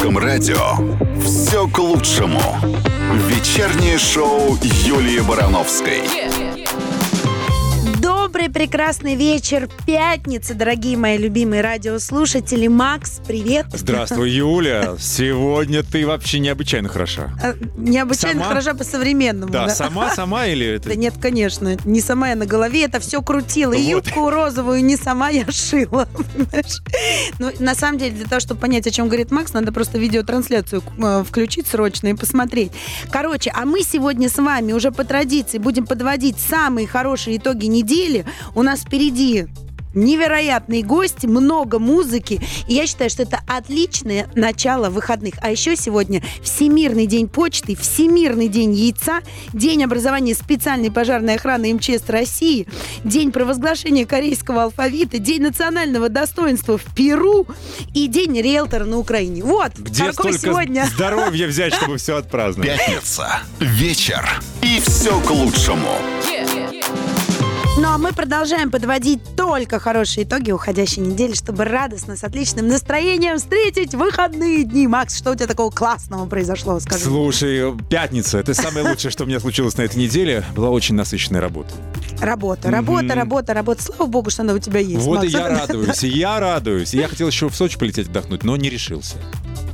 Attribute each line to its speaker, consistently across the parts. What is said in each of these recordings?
Speaker 1: Дом Радио. Все к лучшему. Вечернее шоу Юлии Барановской.
Speaker 2: Добрый прекрасный вечер пятницы, дорогие мои любимые радиослушатели. Макс, привет.
Speaker 3: Здравствуй, Юля. Сегодня ты вообще необычайно хороша.
Speaker 2: Э, Необычайно
Speaker 3: Сама?
Speaker 2: хороша по-современному.
Speaker 3: Да, сама, сама или
Speaker 2: Да
Speaker 3: это?
Speaker 2: нет, конечно, не сама я на голове это все крутила. И
Speaker 3: Вот.
Speaker 2: юбку розовую не сама я шила. понимаешь? Ну, на самом деле, для того, чтобы понять, о чем говорит Макс, надо просто видеотрансляцию э, включить срочно и посмотреть. Короче, а мы сегодня с вами уже по традиции будем подводить самые хорошие итоги недели. У нас впереди невероятные гости, много музыки. И я считаю, что это отличное начало выходных. А еще сегодня Всемирный день почты, Всемирный день яйца, День образования специальной пожарной охраны МЧС России, День провозглашения корейского алфавита, День национального достоинства в Перу и День риэлтора на Украине. Вот,
Speaker 3: Где
Speaker 2: Карков
Speaker 3: столько
Speaker 2: сегодня.
Speaker 3: здоровья взять, чтобы все отпраздновать?
Speaker 1: Пятница. Вечер. И все к лучшему.
Speaker 2: Ну а мы продолжаем подводить только хорошие итоги уходящей недели, чтобы радостно, с отличным настроением встретить выходные дни. Макс, что у тебя такого классного произошло, скажи?
Speaker 3: Слушай, пятница, это самое лучшее, что у меня случилось на этой неделе. Была очень насыщенная работа.
Speaker 2: Работа, работа,
Speaker 3: Мгм.
Speaker 2: работа, работа. Слава богу, что она у тебя есть,
Speaker 3: Вот и
Speaker 2: Макс.
Speaker 3: я радуюсь, и я радуюсь. И Я хотел еще в Сочи полететь отдохнуть, но не решился.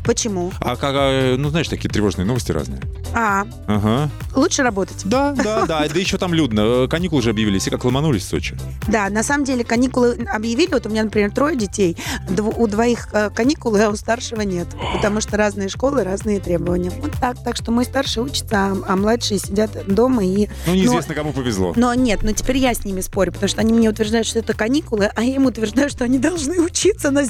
Speaker 2: Почему?
Speaker 3: А как, а, ну знаешь, такие тревожные новости разные.
Speaker 2: А,
Speaker 3: Ага.
Speaker 2: лучше работать.
Speaker 3: Да, да, да. Да еще там людно. Э, Каникулы уже объявились, и как ломанулись в Сочи.
Speaker 2: Да, на самом деле каникулы объявили. Вот у меня, например, трое детей. Дво- у двоих э, каникулы, а у старшего нет. Потому что разные школы, разные требования. Вот так. Так что мой старший учится, а, а младшие сидят дома и...
Speaker 3: Ну, неизвестно, кому повезло.
Speaker 2: Но нет, но теперь я с ними спорю, потому что они мне утверждают, что это каникулы, а я им утверждаю, что они должны учиться на,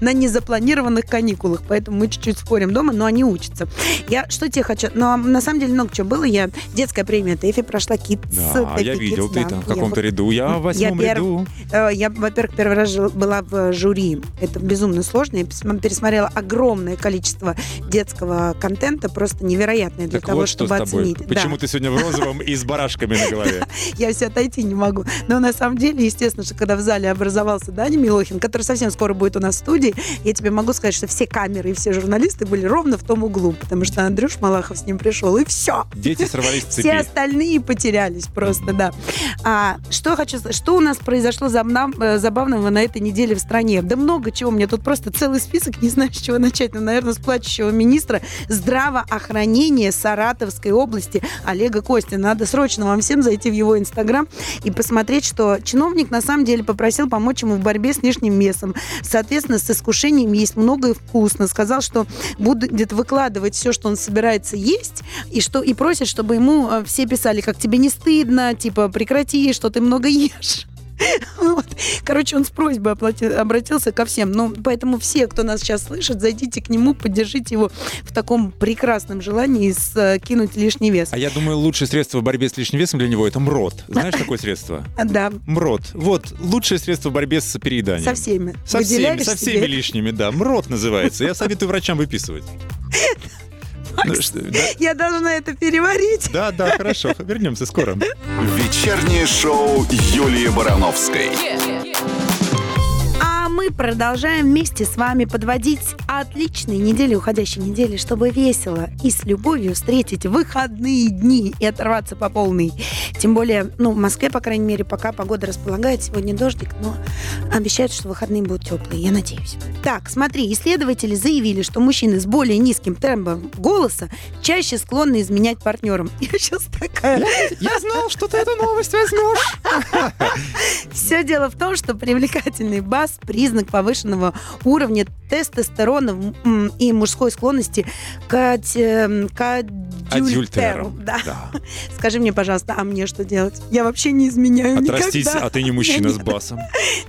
Speaker 2: на незапланированных каникулах. Поэтому мы чуть-чуть спорим дома, но они учатся. Я что тебе хочу... Но на самом деле много чего было. Я детская премия ТЭФИ прошла Kids.
Speaker 3: Да, а я
Speaker 2: Тэфи
Speaker 3: видел,
Speaker 2: Kids,
Speaker 3: ты
Speaker 2: да.
Speaker 3: там в
Speaker 2: Я
Speaker 3: каком-то
Speaker 2: вот-
Speaker 3: ряду. Я в восьмом
Speaker 2: перв-
Speaker 3: ряду.
Speaker 2: Э, Я, во-первых, первый раз жил- была в э, жюри. Это безумно сложно. Я пес- пересмотрела огромное количество детского контента, просто невероятное для
Speaker 3: Так
Speaker 2: того,
Speaker 3: вот что
Speaker 2: чтобы
Speaker 3: с тобой.
Speaker 2: оценить. Да.
Speaker 3: Почему ты сегодня в розовом и с барашками на голове?
Speaker 2: я все отойти не могу. Но на самом деле, естественно, что когда в зале образовался Даня Милохин, который совсем скоро будет у нас в студии, я тебе могу сказать, что все камеры и все журналисты были ровно в том углу, потому что Андрюш Малахов с ним пришел, и все.
Speaker 3: Дети сорвались с
Speaker 2: Все
Speaker 3: цепи.
Speaker 2: остальные потерялись просто, да. А, что хочу, с- что у нас произошло забна- э, забавного на этой неделе в стране? Да много чего. У меня тут просто целый список, не знаю, с чего начать. Ну, наверное, с плачущего министра здравоохранения Саратовской области Олега Костина. Надо срочно вам всем зайти в его инстаграм и посмотреть, что чиновник на самом деле попросил помочь ему в борьбе с лишним весом. Соответственно, с искушением есть многое вкусно. Сказал, что будет выкладывать все, что он собирается есть, и что и просит, чтобы ему э, все писали, как тебе не стыдно, типа прекрати, что ты много ешь. Вот. Короче, он с просьбой оплати- обратился ко всем. Ну, поэтому все, кто нас сейчас слышит, зайдите к нему, поддержите его в таком прекрасном желании скинуть лишний вес.
Speaker 3: А я думаю, лучшее средство в борьбе с лишним весом для него это мрот. Знаешь такое средство?
Speaker 2: А, Да,
Speaker 3: Мрот. Вот, лучшее средство в борьбе с перееданием.
Speaker 2: со всеми.
Speaker 3: Со всеми,
Speaker 2: Выделяешь
Speaker 3: со
Speaker 2: себе.
Speaker 3: всеми лишними, да. Мрот называется. Я советую врачам выписывать. Ну, что, да?
Speaker 2: Я должна это переварить.
Speaker 3: Да, да, хорошо. Вернемся скоро.
Speaker 1: Вечернее шоу Юлии Барановской.
Speaker 2: А мы продолжаем вместе с вами подводить отличные недели, уходящие недели, чтобы весело и с любовью встретить выходные дни и оторваться по полной. Тем более, ну, в Москве, по крайней мере, пока погода располагает, сегодня дождик, но обещают, что выходные будут теплые, я надеюсь. Так, смотри, исследователи заявили, что мужчины с более низким тембром голоса чаще склонны изменять партнерам. Я сейчас такая...
Speaker 3: Я знал, что ты эту новость возьмешь.
Speaker 2: Все дело в том, что привлекательный бас – признак повышенного уровня тестостерона в- м, и мужской склонности к, адь- к адюльтеру.
Speaker 3: Адюльтером.
Speaker 2: Да. Скажи мне, пожалуйста, а мне что делать? Я вообще не изменяю
Speaker 3: Отрастись,
Speaker 2: никогда.
Speaker 3: а ты не мужчина с
Speaker 2: Нет.
Speaker 3: басом.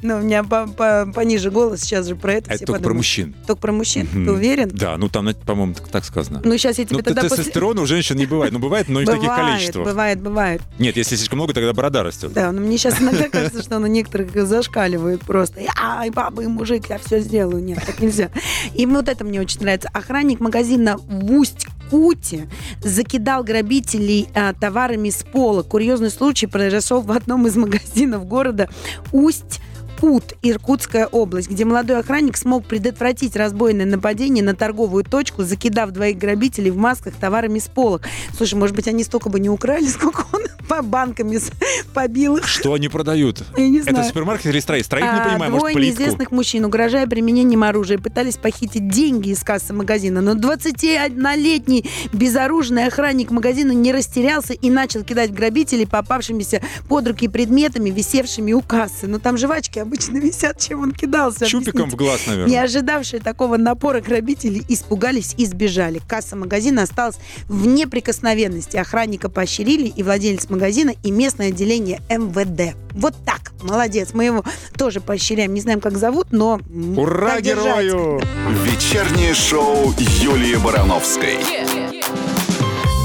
Speaker 2: Но у меня по- по- пониже голос, сейчас же про это
Speaker 3: Это
Speaker 2: все
Speaker 3: только про
Speaker 2: подумают.
Speaker 3: мужчин.
Speaker 2: Только про мужчин?
Speaker 3: Мгм.
Speaker 2: Ты уверен?
Speaker 3: Да, ну там, по-моему, так- так сказано.
Speaker 2: Ну, сейчас я тебе
Speaker 3: Ну,
Speaker 2: тогда после...
Speaker 3: тестостерона у женщин не бывает. Ну, бывает, но не в таких
Speaker 2: Бывает,
Speaker 3: количествах.
Speaker 2: бывает, бывает.
Speaker 3: Нет, если слишком много, тогда борода растет.
Speaker 2: Да, но мне сейчас иногда кажется, что на некоторых зашкаливает просто. А, и баба, и мужик, я все сделаю. Нет, так нельзя. И вот это мне очень нравится. Охранник магазина в Усть-Куте закидал грабителей а, товарами с пола. Курьезный случай произошел в одном из магазинов города Усть Иркут, Иркутская область, где молодой охранник смог предотвратить разбойное нападение на торговую точку, закидав двоих грабителей в масках товарами с полок. Слушай, может быть, они столько бы не украли, сколько он по банками с- побил их.
Speaker 3: Что они продают?
Speaker 2: Я не
Speaker 3: Это
Speaker 2: знаю.
Speaker 3: супермаркет или строитель? Строитель, не
Speaker 2: А,
Speaker 3: понимаю,
Speaker 2: Двое
Speaker 3: может, плитку.
Speaker 2: неизвестных мужчин, угрожая применением оружия, пытались похитить деньги из кассы магазина. Но 21-летний безоружный охранник магазина не растерялся и начал кидать в грабителей попавшимися под руки предметами, висевшими у кассы. Но там жвачки обычно висят, чем он кидался.
Speaker 3: Чупиком в
Speaker 2: объясните.
Speaker 3: глаз, наверное.
Speaker 2: Не ожидавшие такого напора грабители испугались и сбежали. Касса магазина осталась в неприкосновенности. Охранника поощрили и владелец магазина, и местное отделение МВД. Вот так. Молодец. Мы его тоже поощряем. Не знаем, как зовут, но... м,
Speaker 3: Ура
Speaker 2: так держать.
Speaker 3: герою!
Speaker 1: Вечернее шоу Юлии Барановской.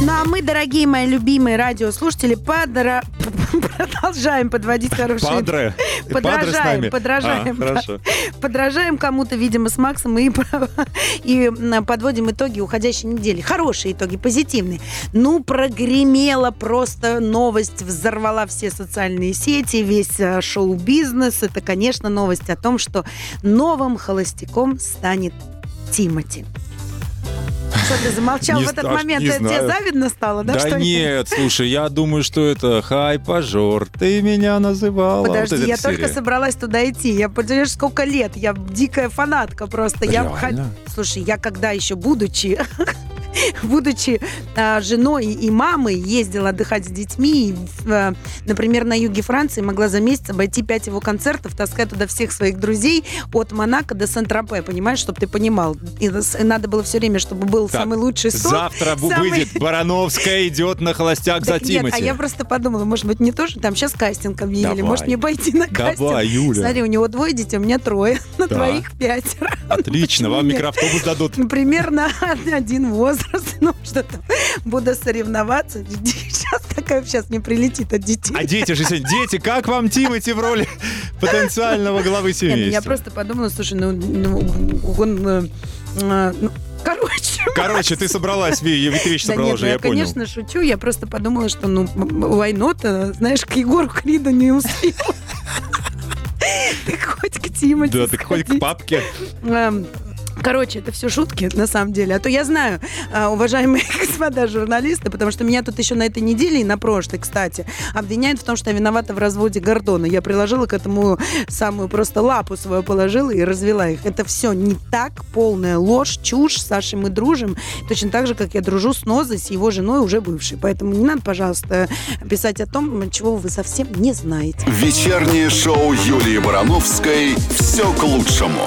Speaker 2: Ну а мы, дорогие мои любимые радиослушатели, подра- продолжаем подводить хорошие
Speaker 3: Падре. Падре с
Speaker 2: Подражаем,
Speaker 3: нами.
Speaker 2: подражаем,
Speaker 3: А,
Speaker 2: да.
Speaker 3: Хорошо.
Speaker 2: подражаем кому-то, видимо, с Максом и, и м, подводим итоги уходящей недели. Хорошие итоги, позитивные. Ну, прогремела просто новость, взорвала все социальные сети, весь э, шоу-бизнес. Это, конечно, новость о том, что новым холостяком станет Тимати. Что ты замолчал
Speaker 3: Не
Speaker 2: в этот
Speaker 3: ста-
Speaker 2: момент?
Speaker 3: не
Speaker 2: Э, Тебе
Speaker 3: знаю.
Speaker 2: завидно стало, да?
Speaker 3: Да,
Speaker 2: что
Speaker 3: нет, слушай, я думаю, что это хайпажор. Ты меня называла.
Speaker 2: Подожди,
Speaker 3: А, Вот эта
Speaker 2: я
Speaker 3: серия.
Speaker 2: только собралась туда идти. Я понимаешь, сколько лет. Я дикая фанатка просто. Я
Speaker 3: Реально?
Speaker 2: хот- Слушай, я когда еще будучи будучи а, женой и мамой, ездила отдыхать с детьми. И, э, например, на юге Франции могла за месяц обойти пять его концертов, таскать туда всех своих друзей от Монако до Сан-Тропе, понимаешь, чтобы ты понимал. И, нас- и надо было все время, чтобы был
Speaker 3: Так,
Speaker 2: самый лучший стол.
Speaker 3: Завтра бу-
Speaker 2: самый-
Speaker 3: выйдет Барановская идет на холостяк за
Speaker 2: Так нет, а
Speaker 3: Тимати.
Speaker 2: я просто подумала, может быть, мне тоже там сейчас кастинг объявили,
Speaker 3: Давай.
Speaker 2: может мне пойти на кастинг.
Speaker 3: Давай, Юля.
Speaker 2: Смотри, у него двое детей, у меня трое, на
Speaker 3: Да.
Speaker 2: двоих пятеро.
Speaker 3: Отлично,
Speaker 2: Почему
Speaker 3: вам
Speaker 2: нет?
Speaker 3: микроавтобус дадут.
Speaker 2: Примерно один возраст, ну что-то. Буду соревноваться. Сейчас такая сейчас не прилетит от детей.
Speaker 3: А дети же сегодня. Дети, как вам Тимати в роли потенциального главы
Speaker 2: Нет, ну, я
Speaker 3: семейства?
Speaker 2: просто подумала, слушай, ну, ну, он... э, э, ну, короче,
Speaker 3: Короче, ты собралась, Ви, и ты вещи
Speaker 2: Да
Speaker 3: собрала
Speaker 2: нет,
Speaker 3: уже,
Speaker 2: ну,
Speaker 3: я
Speaker 2: я,
Speaker 3: понял.
Speaker 2: конечно, шучу. Я просто подумала, что, ну, войнота, знаешь, к Егору Криду не успела. Ты хоть к Тимати
Speaker 3: Да, ты хоть к
Speaker 2: сходи.
Speaker 3: папке.
Speaker 2: Эм, Короче, это все шутки, на самом деле. А то я знаю, а, уважаемые господа журналисты, потому что меня тут еще на этой неделе и на прошлой, кстати, обвиняют в том, что я виновата в разводе Гордона. Я приложила к этому самую просто лапу свою положила и развела их. Это все не так, полная ложь, чушь. С Сашей мы дружим, точно так же, как я дружу с Нозой, с его женой, уже бывшей. Поэтому не надо, пожалуйста, писать о том, чего вы совсем не знаете.
Speaker 1: Вечернее шоу Юлии Барановской «Все к лучшему».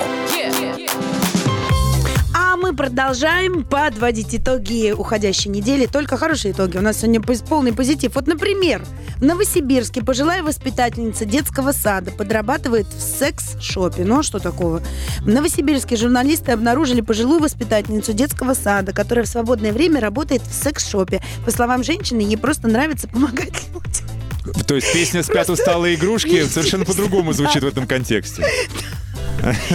Speaker 2: А мы продолжаем подводить итоги уходящей недели. Только хорошие итоги. У нас сегодня пос- полный позитив. Вот, например, в Новосибирске пожилая воспитательница детского сада подрабатывает в секс-шопе. Ну, а что такого? В Новосибирске журналисты обнаружили пожилую воспитательницу детского сада, которая в свободное время работает в секс-шопе. По словам женщины, ей просто нравится помогать людям.
Speaker 3: То есть песня «Спят усталые игрушки» совершенно по-другому звучит в этом контексте.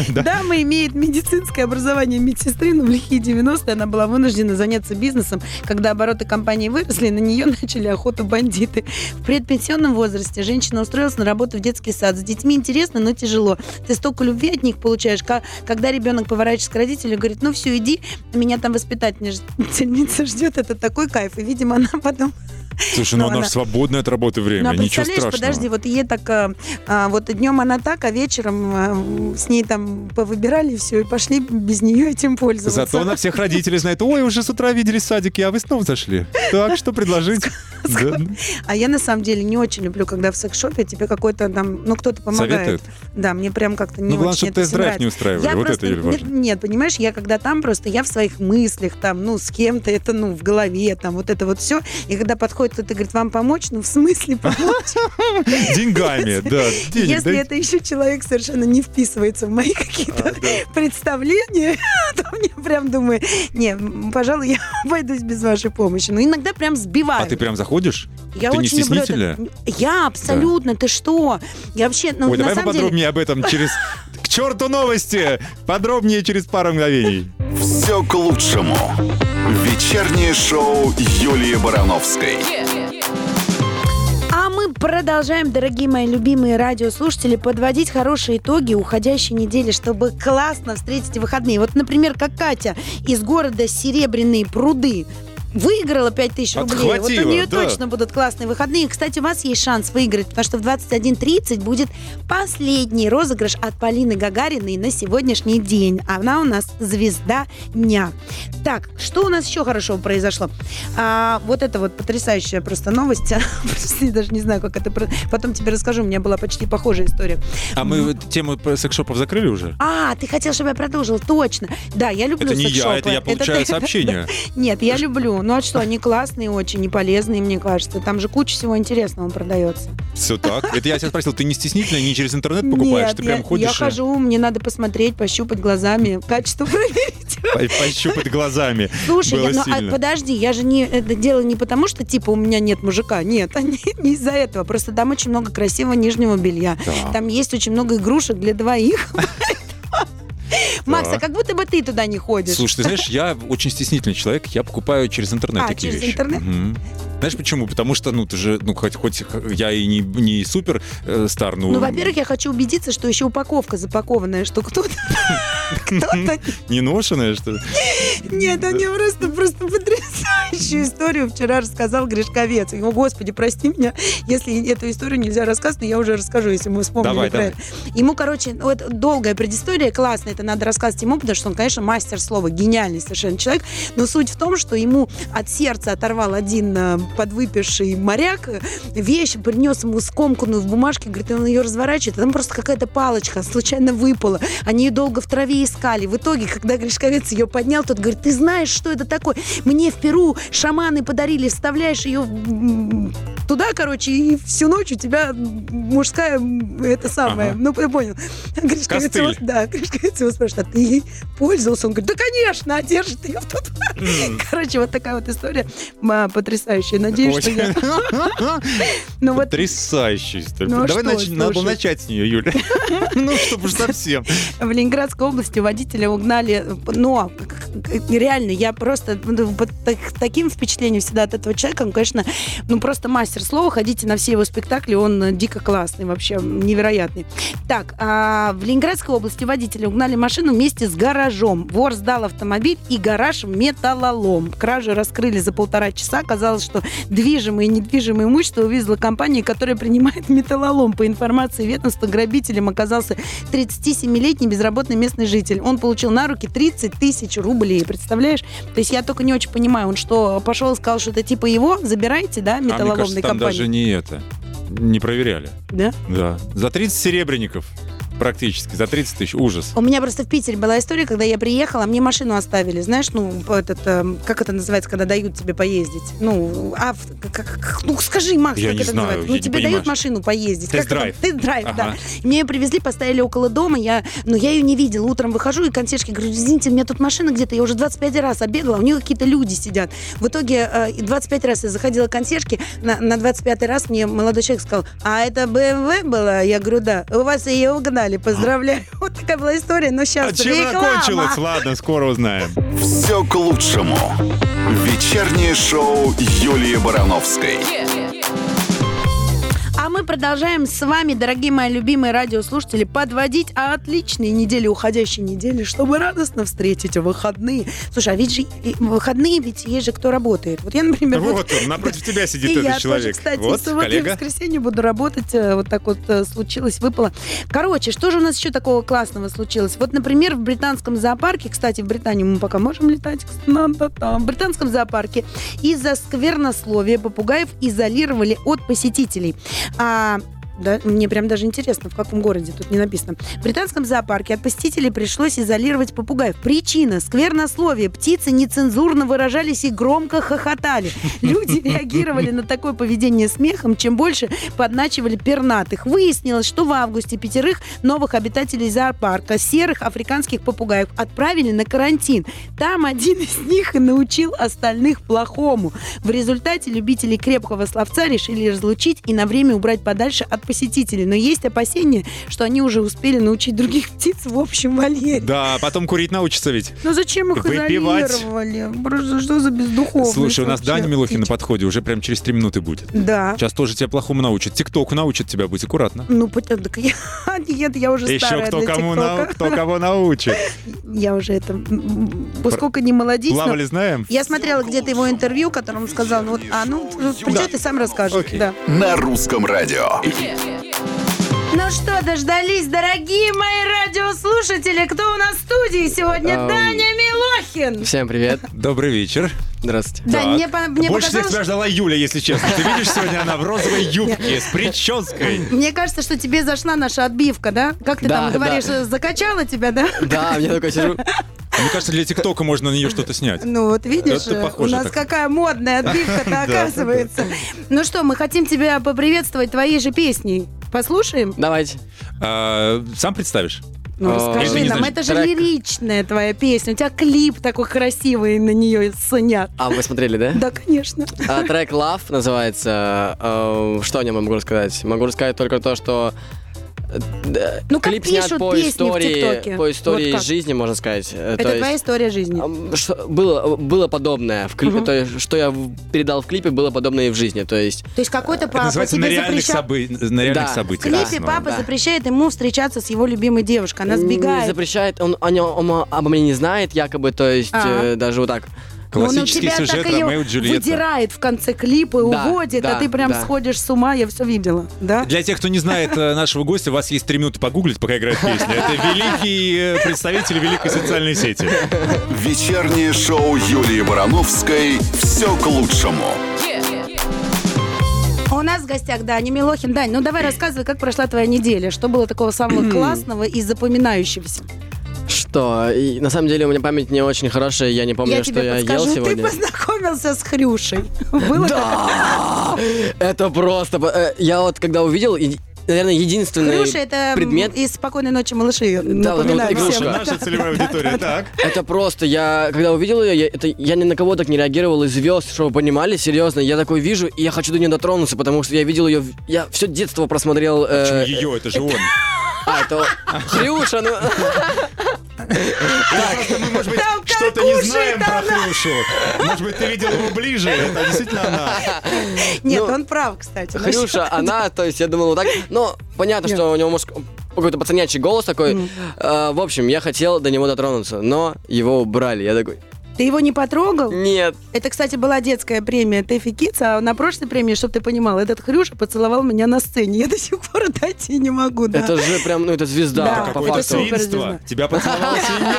Speaker 3: Да.
Speaker 2: Дама имеет медицинское образование медсестры, но в лихие 90-е она была вынуждена заняться бизнесом, когда обороты компании выросли, на нее начали охоту бандиты. В предпенсионном возрасте женщина устроилась на работу в детский сад. С детьми интересно, но тяжело. Ты столько любви от них получаешь, ка- когда ребенок поворачивается к родителю и говорит, ну все, иди, меня там воспитательница ждет, это такой кайф. И, видимо, она потом
Speaker 3: Слушай, ну
Speaker 2: Ну,
Speaker 3: она
Speaker 2: она-
Speaker 3: же свободная от работы время,
Speaker 2: ну, а
Speaker 3: ничего
Speaker 2: представляешь, подожди,
Speaker 3: страшного.
Speaker 2: вот ей так, а, а, вот днем она так, а вечером а, м, с ней там повыбирали все и пошли без нее этим пользоваться.
Speaker 3: Зато она всех родителей знает. Ой, уже с утра видели садики, а вы снова зашли. Так, что предложить? Да.
Speaker 2: А я на самом деле не очень люблю, когда в секс-шопе тебе какой-то там, ну кто-то помогает.
Speaker 3: Советуют?
Speaker 2: Да, мне прям как-то не
Speaker 3: Ну, главное,
Speaker 2: очень
Speaker 3: чтобы
Speaker 2: это всё
Speaker 3: тест-драйв
Speaker 2: нравится.
Speaker 3: не устраивали.
Speaker 2: Я
Speaker 3: Вот
Speaker 2: просто-
Speaker 3: это, Юль,
Speaker 2: нет,
Speaker 3: важно.
Speaker 2: нет, понимаешь, я когда там просто, я в своих мыслях там, ну, с кем-то, это, ну, в голове там, вот это вот все. И когда подходит кто-то и говорит, вам помочь? Ну, в смысле помочь?
Speaker 3: Деньгами, да. Денег,
Speaker 2: Если
Speaker 3: да. А,
Speaker 2: это еще человек совершенно не вписывается в мои какие-то представления, то мне прям думаю, не, м, пожалуй, я обойдусь без вашей помощи. Но иногда прям сбиваю.
Speaker 3: А ты прям заходишь?
Speaker 2: я
Speaker 3: ты не
Speaker 2: очень люблю это.
Speaker 3: стеснительная?
Speaker 2: Я абсолютно, ты что? Я вообще, ну,
Speaker 3: Ой,
Speaker 2: на
Speaker 3: давай
Speaker 2: самом деле...
Speaker 3: поподробнее об этом через... К черту новости! Подробнее через пару мгновений.
Speaker 1: «Все к лучшему». Вечернее шоу Юлии Барановской.
Speaker 2: А мы Продолжаем, дорогие мои любимые радиослушатели, подводить хорошие итоги уходящей недели, чтобы классно встретить выходные. Вот, например, как Катя из города Серебряные пруды выиграла 5000 рублей. Вот у
Speaker 3: Отхватила,
Speaker 2: нее
Speaker 3: да.
Speaker 2: точно будут классные выходные. Кстати, у вас есть шанс выиграть, потому что в 21.30 будет последний розыгрыш от Полины Гагариной на сегодняшний день. Она у нас звезда дня. Так, что у нас еще хорошего произошло? А, вот это вот потрясающая просто новость. Просто Я даже не знаю, как это... про- Потом тебе расскажу, у меня была почти похожая история.
Speaker 3: А мы вот тему про секшопов закрыли уже?
Speaker 2: А, ты хотел, чтобы я продолжила, точно. Да, я люблю
Speaker 3: Это не я,
Speaker 2: А, ну, секс-шопы.
Speaker 3: это я получаю
Speaker 2: ты-
Speaker 3: сообщение.
Speaker 2: Нет, я люблю. Ну а что, они классные очень и полезные, мне кажется. Там же куча всего интересного продается.
Speaker 3: Все так. Это я тебя спросил, ты не стеснительно, не через интернет покупаешь,
Speaker 2: Нет,
Speaker 3: ты прям
Speaker 2: я,
Speaker 3: ходишь
Speaker 2: я
Speaker 3: и
Speaker 2: хожу, мне надо посмотреть, пощупать глазами, качество проверить.
Speaker 3: по- пощупать глазами.
Speaker 2: Слушай,
Speaker 3: Было
Speaker 2: я- ну, а
Speaker 3: сильно.
Speaker 2: подожди, я же не это дело не потому, что типа у меня нет мужика. Нет, не, не из-за этого. Просто там очень много красивого нижнего белья.
Speaker 3: Да.
Speaker 2: Там есть очень много игрушек для двоих. Макс, а
Speaker 3: Так.
Speaker 2: как будто бы ты туда не ходишь.
Speaker 3: Слушай, ты знаешь, я очень стеснительный человек, я покупаю через интернет
Speaker 2: А,
Speaker 3: такие
Speaker 2: через
Speaker 3: вещи.
Speaker 2: интернет?
Speaker 3: Мгм. Знаешь почему? Потому что, ну, ты же, ну, хоть, хоть я и не, не супер э, стар, ну,
Speaker 2: Ну, во-первых, я хочу убедиться, что еще упаковка запакованная, что кто-то... Кто-то...
Speaker 3: не ношеная, что ли?
Speaker 2: Нет, он мне просто, просто потрясающую историю вчера рассказал Гришковец. О, господи, прости меня, если эту историю нельзя рассказывать, но я уже расскажу, если мы вспомнили
Speaker 3: Давай,
Speaker 2: про
Speaker 3: давай.
Speaker 2: это. Ему, короче, вот долгая предыстория, классно, это надо рассказывать ему, потому что он, конечно, мастер слова, гениальный совершенно человек. Но суть в том, что ему от сердца оторвал один э, подвыпивший моряк э, вещь, принес ему скомканную в бумажке, говорит, он ее разворачивает, а там просто какая-то палочка случайно выпала. Они ее долго в траве искали. В итоге, когда Гришковец ее поднял, тот говорит, ты знаешь, что это такое? Мне в Перу шаманы подарили, вставляешь ее в- туда, короче, и всю ночь у тебя мужская, м, это самое,
Speaker 3: Ага.
Speaker 2: ну, ты понял. Гришковец его,
Speaker 3: Костыль.
Speaker 2: да, Гришковец его спрашивает, а ты ей пользовался? Он говорит, да, конечно, а держит ее в тот Короче, вот такая вот история Ма, потрясающая. Надеюсь, что я... Ну вот,
Speaker 3: Потрясающе.
Speaker 2: Ну, а
Speaker 3: Давай
Speaker 2: что,
Speaker 3: нач- надо было
Speaker 2: слушай.
Speaker 3: начать с нее, Юля. Ну, чтобы уж совсем.
Speaker 2: в Ленинградской области водителя угнали, но к- к- реально, я просто ну, под так- таким впечатлением всегда от этого человека, он, конечно, ну просто мастер слова, ходите на все его спектакли, он э, дико классный, вообще невероятный. Так, а, в Ленинградской области водители угнали машину вместе с гаражом. Вор сдал автомобиль и гараж металлолом. Кражи раскрыли за полтора часа. Казалось, что движимое и недвижимое имущество увезла компания, которая принимает металлолом. По информации ведомства, грабителем оказался 37-летний безработный местный житель. Он получил на руки 30 тысяч рублей. Представляешь? То есть я только не очень понимаю, он что, пошел и сказал, что это типа его, забирайте, да,
Speaker 3: А мне кажется,
Speaker 2: металлоломной
Speaker 3: там
Speaker 2: компании?
Speaker 3: даже не это. Не проверяли.
Speaker 2: Да?
Speaker 3: Да. За 30 серебряников практически. За 30 тысяч. Ужас.
Speaker 2: У меня просто в Питере была история, когда я приехала, мне машину оставили, знаешь, ну, по- этот, эм, как это называется, когда дают тебе поездить? Ну, а, ну, скажи, Макс,
Speaker 3: Я
Speaker 2: как
Speaker 3: не
Speaker 2: это
Speaker 3: знаю,
Speaker 2: называется?
Speaker 3: я
Speaker 2: Ну,
Speaker 3: не
Speaker 2: тебе
Speaker 3: понимаю.
Speaker 2: дают машину поездить. Как это?
Speaker 3: Тест-драйв.
Speaker 2: Тест-драйв, да.
Speaker 3: Ага.
Speaker 2: Мне ее привезли, поставили около дома, я, ну, я ее не видела. Утром выхожу, и консьержке говорю, извините, у меня тут машина где-то, я уже 25 раз обедала, у нее какие-то люди сидят. В итоге э, и 25 раз я заходила к консьержке, на, на 25 раз мне молодой человек сказал, а это BMW было? Я говорю, да. У вас ее угнали, поздравляю. Вот такая была история, но сейчас
Speaker 3: А чем она кончилась? Ладно, скоро узнаем.
Speaker 1: Все к лучшему. Вечернее шоу Юлии Барановской.
Speaker 2: А мы продолжаем с вами, дорогие мои любимые радиослушатели, подводить отличные недели уходящей недели, чтобы радостно встретить выходные. Слушай, а ведь же и выходные, ведь есть же кто работает. Вот я, например, вот
Speaker 3: Вот он, напротив тебя сидит
Speaker 2: И я
Speaker 3: этот
Speaker 2: тоже,
Speaker 3: человек.
Speaker 2: кстати,
Speaker 3: Вот,
Speaker 2: сегодня
Speaker 3: коллега.
Speaker 2: в воскресенье буду работать. э, Вот так вот э, случилось, выпало. Короче, что же у нас еще такого классного случилось? Вот, например, в британском зоопарке, кстати, в Британию мы пока можем летать, кс- надо там. В британском зоопарке из-за сквернословия попугаев изолировали от посетителей. А, да, мне прям даже интересно, в каком городе, тут не написано. В британском зоопарке от посетителей пришлось изолировать попугаев. Причина – сквернословие. Птицы нецензурно выражались и громко хохотали. Люди реагировали на такое поведение смехом, чем больше подначивали пернатых. Выяснилось, что в августе пятерых новых обитателей зоопарка, серых африканских попугаев, отправили на карантин. Там один из них и научил остальных плохому. В результате любители крепкого словца решили разлучить и на время убрать подальше от посетителей, но есть опасения, что они уже успели научить других птиц в общем вольере.
Speaker 3: Да, потом курить научится ведь.
Speaker 2: Ну зачем их
Speaker 3: Выпивать.
Speaker 2: изолировали? Просто что за бездуховность
Speaker 3: Слушай, у нас
Speaker 2: вообще?
Speaker 3: Даня Милохин на подходе уже прям через три минуты будет.
Speaker 2: Да.
Speaker 3: Сейчас тоже тебя плохому научат. Тиктоку научат тебя, будь аккуратно.
Speaker 2: Ну, по- так я, нет, я уже
Speaker 3: Еще
Speaker 2: Ну, старая
Speaker 3: кто
Speaker 2: для
Speaker 3: кому, нау-
Speaker 2: ТикТока.
Speaker 3: кто кого научит.
Speaker 2: Я уже это... м, м, Поскольку не молодец, но-
Speaker 3: Плавали знаем?
Speaker 2: Я смотрела где-то его интервью, которым он сказал, ну вот, а ну, причем ты сам расскажешь.
Speaker 3: Окей.
Speaker 2: Да.
Speaker 1: на русском радио.
Speaker 2: Ну что, дождались, дорогие мои радиослушатели, кто у нас в студии сегодня?
Speaker 4: Ам.
Speaker 2: Даня Милохин!
Speaker 4: Всем привет.
Speaker 3: Добрый вечер.
Speaker 4: Здравствуйте.
Speaker 2: Да,
Speaker 3: Так.
Speaker 2: мне, по- мне
Speaker 3: Больше всех
Speaker 2: показалось,
Speaker 3: тебя ждала Юля, если честно. Ты видишь, сегодня она в розовой юбке с прической.
Speaker 2: мне кажется, что тебе зашла наша отбивка, да? Как ты
Speaker 4: Да,
Speaker 2: там говоришь,
Speaker 4: да.
Speaker 2: э, закачала тебя, да?
Speaker 4: Да, я такой сижу.
Speaker 3: А Мне кажется, для ТикТока можно на нее что-то снять.
Speaker 2: Ну вот видишь,
Speaker 3: Это
Speaker 2: э,
Speaker 3: похоже
Speaker 2: у нас
Speaker 3: так.
Speaker 2: какая модная отбивка-то оказывается. Ну что, мы хотим тебя поприветствовать твоей же песней. Послушаем?
Speaker 4: Давайте.
Speaker 3: А, Сам представишь?
Speaker 2: Ну,
Speaker 4: А,
Speaker 3: это
Speaker 2: расскажи
Speaker 3: не
Speaker 2: нам,
Speaker 3: значит
Speaker 2: это же
Speaker 4: трек.
Speaker 2: лиричная твоя песня. У тебя клип такой красивый на нее снят.
Speaker 4: А, вы смотрели, да?
Speaker 2: Да, конечно.
Speaker 4: А, трек Love называется. Э, Что о нем я могу рассказать? Могу рассказать только то, что э, д-
Speaker 2: Ну, как
Speaker 4: клип снят
Speaker 2: пишут
Speaker 4: по
Speaker 2: песни в
Speaker 4: истории,
Speaker 2: ТикТоке?
Speaker 4: по
Speaker 2: Вот
Speaker 4: истории
Speaker 2: как?
Speaker 4: жизни, можно сказать. Э, то
Speaker 2: Это твоя
Speaker 4: есть, А,
Speaker 2: история жизни.
Speaker 4: ам, что- было, было подобное в клипе,
Speaker 2: Мгм.
Speaker 4: то есть, что я в- передал в клипе, было подобное и в жизни. То есть,
Speaker 2: То есть какой-то
Speaker 3: Это
Speaker 2: папа
Speaker 3: называется на
Speaker 2: тебе
Speaker 3: реальных,
Speaker 2: запрещал...
Speaker 3: собы- на реальных
Speaker 4: Да.
Speaker 2: В
Speaker 3: событиях.
Speaker 2: клипе
Speaker 3: основано.
Speaker 2: папа
Speaker 4: да.
Speaker 2: запрещает ему встречаться с его любимой девушкой. Она
Speaker 4: не
Speaker 2: сбегает.
Speaker 4: запрещает, он, о нем, он обо мне не знает, якобы, то есть,
Speaker 2: А.
Speaker 4: э, даже вот так.
Speaker 3: Ну,
Speaker 2: Но он у
Speaker 3: Классический
Speaker 2: тебя
Speaker 3: сюжет
Speaker 2: так ее
Speaker 3: Ромео и Джульетта.
Speaker 2: выдирает в конце клипа и
Speaker 4: Да,
Speaker 2: уводит, а
Speaker 4: да,
Speaker 2: ты прям
Speaker 4: да.
Speaker 2: сходишь с ума, я все видела. Да?
Speaker 3: Для тех, кто не знает э, нашего гостя, у вас есть три минуты погуглить, пока играет песня. Это великий э, представитель великой социальной сети.
Speaker 1: Вечернее шоу Юлии Барановской «Все к лучшему».
Speaker 2: А У нас в гостях Даня Милохин. Дань, ну давай рассказывай, как прошла твоя неделя. Что было такого самого классного и запоминающегося?
Speaker 4: Что? И, на самом деле у меня память не очень хорошая, я не помню,
Speaker 2: я
Speaker 4: что
Speaker 2: тебе
Speaker 4: я
Speaker 2: подскажу,
Speaker 4: ел
Speaker 2: ты
Speaker 4: сегодня.
Speaker 2: познакомился с Хрюшей. Было
Speaker 4: Да! Это просто... по- э, Я вот когда увидел, и- наверное, единственный
Speaker 2: Хрюша это
Speaker 4: Ну предмет...
Speaker 2: из «Спокойной ночи, малыши».
Speaker 4: Да, вот эта
Speaker 2: Напоминаю
Speaker 4: вот
Speaker 2: всем.
Speaker 4: игрушка.
Speaker 3: Наша целевая аудитория. Так.
Speaker 4: Это просто, я когда увидел ее, я, это, я ни на кого так не реагировал из звезд, чтобы вы понимали, серьезно, я такой вижу, и я хочу до нее дотронуться, потому что я видел ее, я все детство просмотрел... э,
Speaker 3: Почему ее? Это же он.
Speaker 4: А, это... Хрюша, ну...
Speaker 3: Мы, может быть,
Speaker 2: Там
Speaker 3: что-то не
Speaker 2: каркуши,
Speaker 3: знаем про
Speaker 2: там-
Speaker 3: Хрюшу. Может быть, ты видел его ближе. Это действительно она.
Speaker 2: Нет,
Speaker 4: Ну,
Speaker 2: он прав, кстати.
Speaker 4: Хрюша, она, то есть я думал вот так. Но понятно,
Speaker 2: Нет.
Speaker 4: что у него может какой-то пацанячий голос такой. Э, В общем, я хотел до него дотронуться, но его убрали. Я такой,
Speaker 2: Ты его не потрогал?
Speaker 4: нет.
Speaker 2: Это, кстати, была детская премия Тэфи Китс, а на прошлой премии, чтобы ты понимал, этот Хрюша поцеловал меня на сцене. Я до сих пор отойти не могу, да.
Speaker 4: Это же прям, ну это
Speaker 2: Да,
Speaker 4: звезда, по
Speaker 3: Какое-то
Speaker 2: это
Speaker 4: факту.
Speaker 2: супер.
Speaker 3: свинство.
Speaker 2: суперзвезда.
Speaker 3: Тебя поцеловал свинья.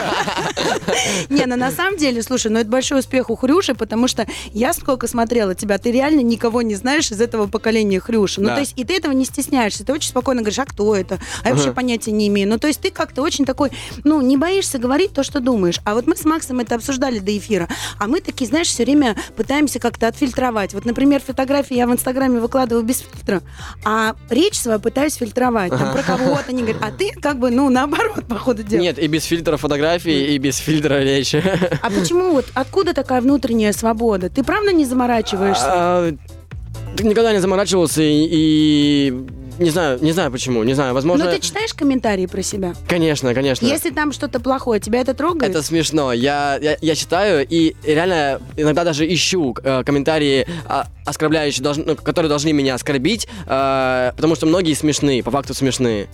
Speaker 2: Не, ну на самом деле, слушай, ну это большой успех у Хрюши, потому что я сколько смотрела тебя, ты реально никого не знаешь из этого поколения Хрюши. Ну
Speaker 4: Да.
Speaker 2: то есть и ты этого не стесняешься, ты очень спокойно говоришь, а кто это? А я вообще
Speaker 4: Ага.
Speaker 2: понятия не имею. Ну то есть ты как-то очень такой, ну не боишься говорить то, что думаешь. А вот мы с Максом это обсуждали до эфира, а мы такие, знаешь, все время пытаемся как-то отфильтровать. Вот, например, фотографии я в Инстаграме выкладываю без фильтра, а речь свою пытаюсь фильтровать. Там про кого-то они говорят, а ты как бы, ну наоборот, по ходу дела.
Speaker 4: Нет, и без фильтра фотографии, и без фильтра речи.
Speaker 2: А почему вот откуда такая внутренняя свобода? Ты правда не заморачиваешься?
Speaker 4: А, Ты никогда не заморачивался и- и... Не знаю, не знаю почему, не знаю,
Speaker 2: Но
Speaker 4: возможно...
Speaker 2: Ну, ты читаешь комментарии про себя?
Speaker 4: Конечно, конечно.
Speaker 2: Если там что-то плохое, тебя это трогает?
Speaker 4: Это смешно. Я, я, я читаю и реально иногда даже ищу э, комментарии, а, оскорбляющие, должны- ну, которые должны меня оскорбить, э, потому что многие смешные, по факту смешные.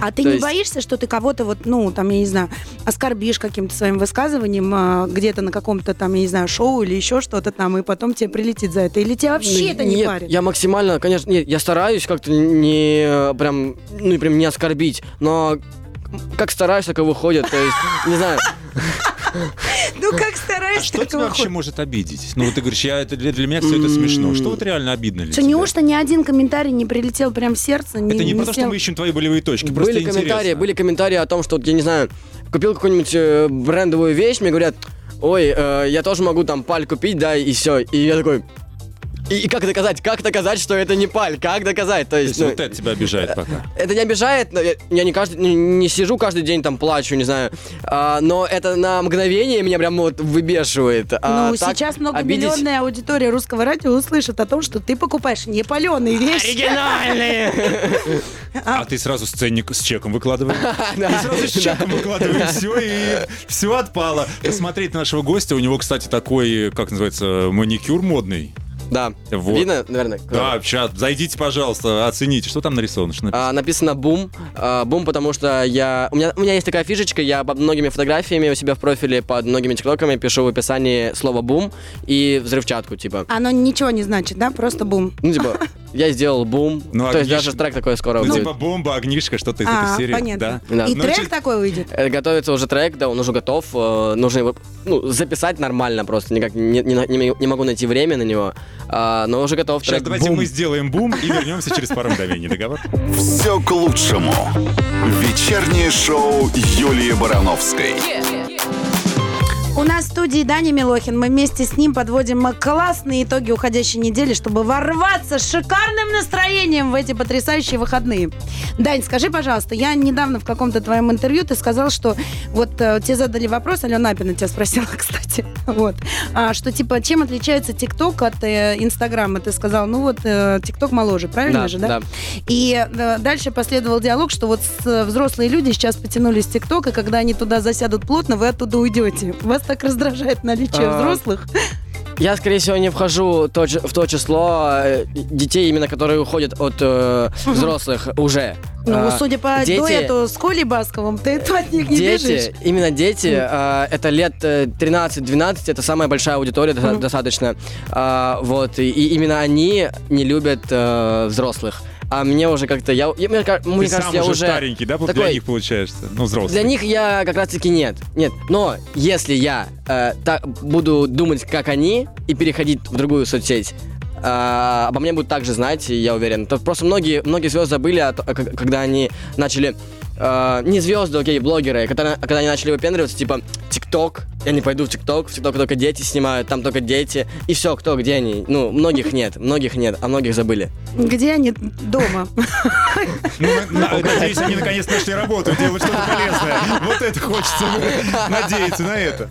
Speaker 2: а ты
Speaker 4: то
Speaker 2: не
Speaker 4: есть-
Speaker 2: боишься, что ты кого-то вот, ну, там, я не знаю, оскорбишь каким-то своим высказыванием а, где-то на каком-то там, я не знаю, шоу или еще что-то там, и потом тебе прилетит за это? Или тебя вообще
Speaker 4: Ну,
Speaker 2: это не
Speaker 4: нет,
Speaker 2: парит?
Speaker 4: Я максимально, конечно, нет, я стараюсь как-то не э, прям, ну, прям не оскорбить, но как стараюсь, так и выходит, то есть, не знаю.
Speaker 2: Ну, как
Speaker 3: А
Speaker 2: стараешься,
Speaker 3: что
Speaker 2: так и
Speaker 3: тебя вообще
Speaker 2: выходит.
Speaker 3: может обидеть? Ну, вот ты говоришь, я, это, для, для меня все это смешно. Что вот реально обидно для
Speaker 2: Что,
Speaker 3: тебя?
Speaker 2: неужто ни один комментарий не прилетел прям в сердце?
Speaker 3: Это не
Speaker 2: не
Speaker 3: потому, что
Speaker 2: сел?
Speaker 3: мы ищем твои болевые точки. Просто
Speaker 4: были комментарии,
Speaker 3: интересно.
Speaker 4: были комментарии о том, что вот, я не знаю, купил какую-нибудь э, брендовую вещь, мне говорят, ой, э, я тоже могу там паль купить, да, и все. И я такой, И, и как доказать? Как доказать, что это не паль? Как доказать?
Speaker 3: То
Speaker 4: То есть,
Speaker 3: есть
Speaker 4: ну,
Speaker 3: вот это тебя обижает пока.
Speaker 4: это не обижает, но я, я не каждый, не, не сижу каждый день там плачу, не знаю, А, но это на мгновение меня прям вот выбешивает. А
Speaker 2: ну,
Speaker 4: так
Speaker 2: сейчас
Speaker 4: обидеть-
Speaker 2: многомиллионная аудитория русского радио услышит о том, что ты покупаешь не паленые вещи.
Speaker 3: А ты сразу сценник с чеком выкладываешь. А Ты сразу с чеком выкладываешь все, и все отпало. Посмотреть на нашего гостя, у него, кстати, такой, как называется, маникюр модный.
Speaker 4: Да.
Speaker 3: Вот.
Speaker 4: Видно, наверное?
Speaker 3: Да, сейчас зайдите, пожалуйста, оцените, что там нарисовано. что написано.
Speaker 4: А, написано бум. А, бум, потому что я. У меня, у меня есть такая фишечка, я под многими фотографиями у себя в профиле, под многими тиктоками пишу в описании слово бум и взрывчатку, типа.
Speaker 2: Оно ничего не значит, да? Просто бум.
Speaker 4: Ну, типа, я сделал бум.
Speaker 3: Ну, а
Speaker 4: То есть
Speaker 3: где ж-
Speaker 4: даже трек такой скоро
Speaker 3: Ну,
Speaker 4: будет.
Speaker 3: типа бомба, огнишка, что-то из
Speaker 2: А,
Speaker 3: этой серии.
Speaker 2: понятно.
Speaker 3: Да.
Speaker 4: Да.
Speaker 2: И
Speaker 3: Ну,
Speaker 2: трек
Speaker 3: чё-
Speaker 2: такой выйдет.
Speaker 4: Э, Готовится уже трек, да, он уже готов. э, Нужно его ну, записать нормально просто. Никак не, не на- не м- не могу найти время на него. А, но уже готов
Speaker 3: Сейчас
Speaker 4: трек.
Speaker 3: давайте
Speaker 4: бум.
Speaker 3: мы сделаем бум и вернемся через пару мгновений. Договор?
Speaker 1: Все к лучшему. Вечернее шоу Юлии Барановской.
Speaker 2: У нас в студии Даня Милохин. Мы вместе с ним подводим классные итоги уходящей недели, чтобы ворваться с шикарным настроением в эти потрясающие выходные. Дань, скажи, пожалуйста, я недавно в каком-то твоем интервью ты сказал, что вот э, тебе задали вопрос, Алена Апина тебя спросила, кстати, вот, а, что типа чем отличается ТикТок от э, Инстаграма? Ты сказал, ну вот э, ТикТок моложе, правильно
Speaker 4: Да,
Speaker 2: же, да?
Speaker 4: да.
Speaker 2: И э, дальше последовал диалог, что вот с- э, взрослые люди сейчас потянулись в ТикТок, и когда они туда засядут плотно, вы оттуда уйдете. Вас так раздражает наличие
Speaker 4: А.
Speaker 2: взрослых.
Speaker 4: Я, скорее всего, не вхожу то ч- в то число э, детей, именно которые уходят от э, взрослых уже.
Speaker 2: Ну,
Speaker 4: А,
Speaker 2: судя по
Speaker 4: дети-
Speaker 2: дуэту с Колей Басковым, ты это от них не
Speaker 4: дети,
Speaker 2: бежишь.
Speaker 4: именно дети, э, это лет э, 13-12, это самая большая аудитория доста-
Speaker 2: Мгм.
Speaker 4: достаточно. А, вот, и, и именно они не любят э, взрослых. А мне уже как-то, я, я- мне, ка- мне
Speaker 3: Ты
Speaker 4: кажется,
Speaker 3: сам
Speaker 4: я
Speaker 3: уже
Speaker 4: уже...
Speaker 3: старенький, да, вот для
Speaker 4: такой-
Speaker 3: них получаешься? Ну, взрослый.
Speaker 4: Для них я как раз-таки нет. Нет. Но если я э, так буду думать, как они, и переходить в другую соцсеть, э, обо мне будут также знать, и я уверен. То просто многие, многие звезды забыли, о то- о как- когда они начали. э, не звезды, окей, блогеры, а когда, когда они начали выпендриваться, типа ТикТок, я не пойду в ТикТок, в ТикТок только дети снимают, там только дети, и все, кто, где они? Ну, многих нет, многих нет, а многих забыли.
Speaker 2: Где они дома?
Speaker 3: Ну, на- надеюсь, они наконец нашли работу, делают что-то полезное. Вот это хочется ну, надеяться на это.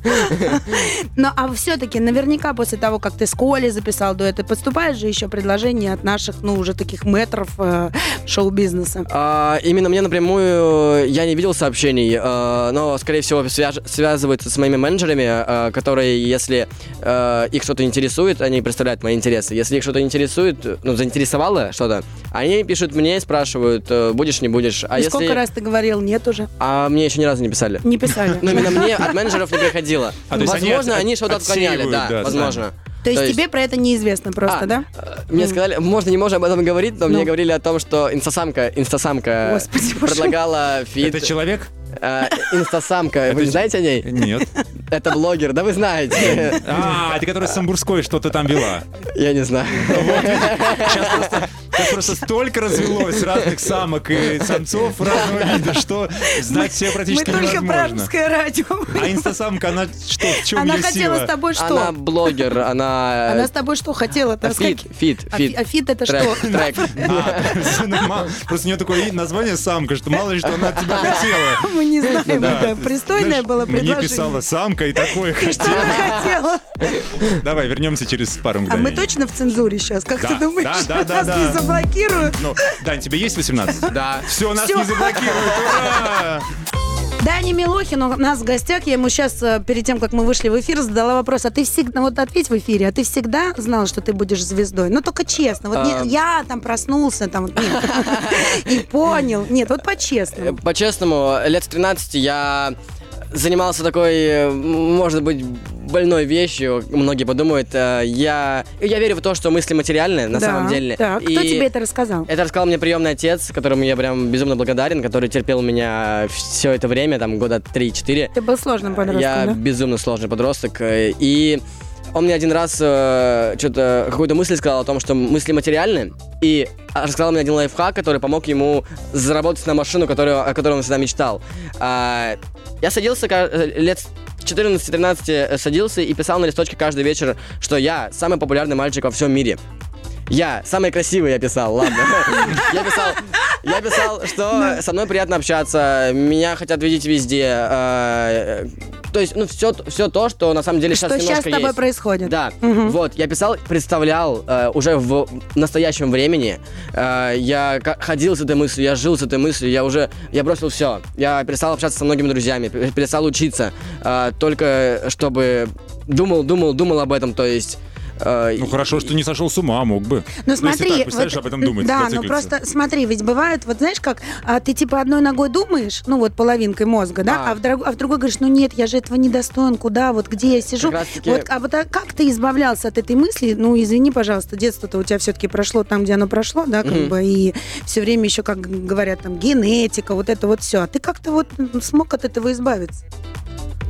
Speaker 2: Ну, а все-таки наверняка после того, как ты с Колей записал дуэт, и поступают же еще предложения от наших, ну, уже таких метров э, шоу-бизнеса.
Speaker 4: А, именно мне напрямую э, я не видел сообщений, э, но, скорее всего, свяж- связываются с моими менеджерами, э, которые, если э, их что-то интересует, они представляют мои интересы. Если их что-то интересует, э, ну, заинтересовало что-то, они пишут мне и спрашивают, э, будешь, не будешь. А
Speaker 2: и
Speaker 4: если...
Speaker 2: сколько раз ты говорил «нет» уже?
Speaker 4: А мне еще ни разу не писали.
Speaker 2: Не писали.
Speaker 4: Но именно мне от менеджеров не приходило.
Speaker 3: А, то есть они
Speaker 4: возможно,
Speaker 3: от-
Speaker 4: они, что-то отклоняли,
Speaker 3: отсеивают,
Speaker 4: да,
Speaker 3: да,
Speaker 4: возможно.
Speaker 2: То есть
Speaker 4: то есть-
Speaker 2: тебе про это неизвестно просто,
Speaker 4: А,
Speaker 2: да?
Speaker 4: э, Мне сказали, можно не можно об этом говорить, но
Speaker 2: Ну.
Speaker 4: мне говорили о том, что инстасамка, инстасамка
Speaker 2: Господи, боже мой.
Speaker 4: предлагала фит.
Speaker 3: Это человек?
Speaker 4: Э, Инстасамка, вы не знаете о ней?
Speaker 3: Нет.
Speaker 4: Это блогер, да вы знаете.
Speaker 3: А, ты которая с Самбурской что-то там вела.
Speaker 4: Я не знаю.
Speaker 3: Сейчас просто столько развелось разных самок и самцов разного вида, что знать все
Speaker 2: Мы
Speaker 3: практически
Speaker 2: только про
Speaker 3: невозможно.
Speaker 2: русское радио.
Speaker 3: А инстасамка, она что, в чем
Speaker 2: Она
Speaker 3: ее
Speaker 2: хотела с
Speaker 3: сила?
Speaker 2: тобой что?
Speaker 4: Она блогер, она...
Speaker 2: Она с тобой что хотела?
Speaker 4: э,
Speaker 2: Там
Speaker 4: Фит,
Speaker 2: скаки-
Speaker 4: фит,
Speaker 2: А фи-
Speaker 4: фит.
Speaker 2: а фит это
Speaker 4: Трек,
Speaker 2: что?
Speaker 4: трек.
Speaker 3: А, всё нормально. Просто у нее такое и- название самка, что мало ли что она от тебя хотела.
Speaker 2: Мы не
Speaker 4: Ну
Speaker 2: знаем.
Speaker 3: Да.
Speaker 2: это Пристойное
Speaker 3: Знаешь,
Speaker 2: было
Speaker 3: Мне
Speaker 2: предложение.
Speaker 3: писала самка и такое
Speaker 2: Что она
Speaker 3: хотела.
Speaker 2: хотела?
Speaker 3: Давай, вернемся через пару
Speaker 2: А
Speaker 3: мгновений.
Speaker 2: мы точно в цензуре сейчас? Как
Speaker 3: Да,
Speaker 2: ты думаешь,
Speaker 3: да, да, да,
Speaker 2: нас
Speaker 3: да.
Speaker 2: не заблокируют?
Speaker 3: Ну, Дань, тебе есть 18?
Speaker 4: Да.
Speaker 3: Все, нас
Speaker 2: Всё.
Speaker 3: не заблокируют, ура!
Speaker 2: Даня Милохин у нас в гостях. Я ему сейчас, перед тем, как мы вышли в эфир, задала вопрос. А ты всегда, вот ответь в эфире, а ты всегда знал, что ты будешь звездой? Ну, только честно. Вот не-
Speaker 4: А.
Speaker 2: я там проснулся, там, вот, нет. И понял. Нет, вот
Speaker 4: Э,
Speaker 2: по-честному.
Speaker 4: По-честному, лет с 13 я занимался такой, э, м, может быть, больной вещью, многие подумают. э, Я, я верю в то, что мысли материальны на
Speaker 2: Да,
Speaker 4: самом деле.
Speaker 2: да. Кто
Speaker 4: И-
Speaker 2: тебе это рассказал?
Speaker 4: Это рассказал мне приемный отец, которому я прям безумно благодарен, который терпел меня все это время, там года 3-4.
Speaker 2: Ты был сложным
Speaker 4: Я
Speaker 2: подростком, да?
Speaker 4: безумно сложный подросток. э, И он мне один раз э, что-то какую-то мысль сказал о том, что мысли материальны, и рассказал мне один лайфхак, который помог ему заработать на машину, которую, о которой он всегда мечтал. А, я садился ка- э, лет э, с 14-13 садился и писал на листочке каждый вечер, что я самый популярный мальчик во всем мире. Я самый красивый я писал, ладно. Я писал, я писал,
Speaker 2: Ну.
Speaker 4: что со мной приятно общаться, меня хотят видеть везде. э, То есть, ну, все, все то, что на самом деле сейчас
Speaker 2: Что сейчас с
Speaker 4: немножко
Speaker 2: тобой
Speaker 4: есть.
Speaker 2: происходит?
Speaker 4: Да,
Speaker 2: Мгм.
Speaker 4: вот, я писал, представлял э, уже в настоящем времени. Э, я ка- ходил с этой мыслью, я жил с этой мыслью, я уже, я бросил все. Я перестал общаться со многими друзьями, пе- перестал учиться, э, только чтобы думал, думал, думал об этом, то есть... э,
Speaker 3: Ну хорошо, что не сошел с ума, мог бы.
Speaker 2: Ну
Speaker 3: если
Speaker 2: смотри,
Speaker 3: так, представляешь, об этом думать,
Speaker 2: Да, ну
Speaker 3: зациклиться.
Speaker 2: просто смотри, ведь бывает, вот знаешь как, а, ты типа одной ногой думаешь, ну вот половинкой мозга, да,
Speaker 4: А.
Speaker 2: а, в, друг- а в другой говоришь, ну нет, я же этого не достоин, куда, вот где я сижу.
Speaker 4: Как раз-таки-
Speaker 2: Вот, а вот а как ты избавлялся от этой мысли? Ну извини, пожалуйста, детство-то у тебя все-таки прошло там, где оно прошло, да, как
Speaker 4: Мгм.
Speaker 2: бы и все время еще как говорят там генетика, вот это вот все. А ты как-то вот м, смог от этого избавиться?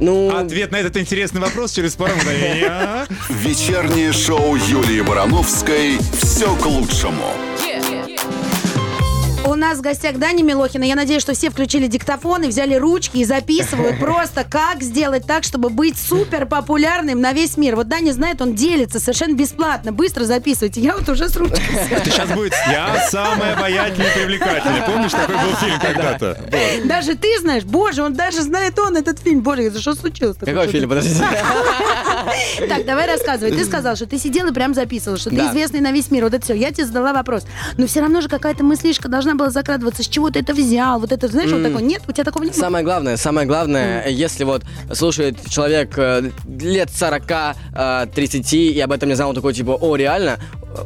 Speaker 4: Ну,
Speaker 3: Ответ на этот интересный вопрос через пару мгновений. а?
Speaker 1: Вечернее шоу Юлии Барановской «Все к лучшему».
Speaker 2: У нас в гостях Дани Милохина. Я надеюсь, что все включили диктофоны, взяли ручки и записывают просто, как сделать так, чтобы быть супер популярным на весь мир. Вот Дани знает, он делится совершенно бесплатно. Быстро записывайте. Я вот уже с ручкой.
Speaker 3: Это сейчас будет «Я самая обаятельная и привлекательная». Помнишь, такой был фильм когда-то? Вот.
Speaker 2: Даже ты знаешь, боже, он даже знает он этот фильм. Боже, это что случилось?
Speaker 4: какой фильм, подождите.
Speaker 2: Так, давай рассказывай. Ты сказал, что ты сидел и прям записывал, что ты
Speaker 4: Да.
Speaker 2: известный на весь мир. Вот это все. Я тебе задала вопрос. Но все равно же какая-то мыслишка должна была закрадываться. С чего ты это взял? Вот это, знаешь, вот такое. Нет, у тебя такого не было.
Speaker 4: Самое главное, самое главное, если вот слушает человек э, лет 40, э, 30 и об этом не знал, он такой типа, о, реально,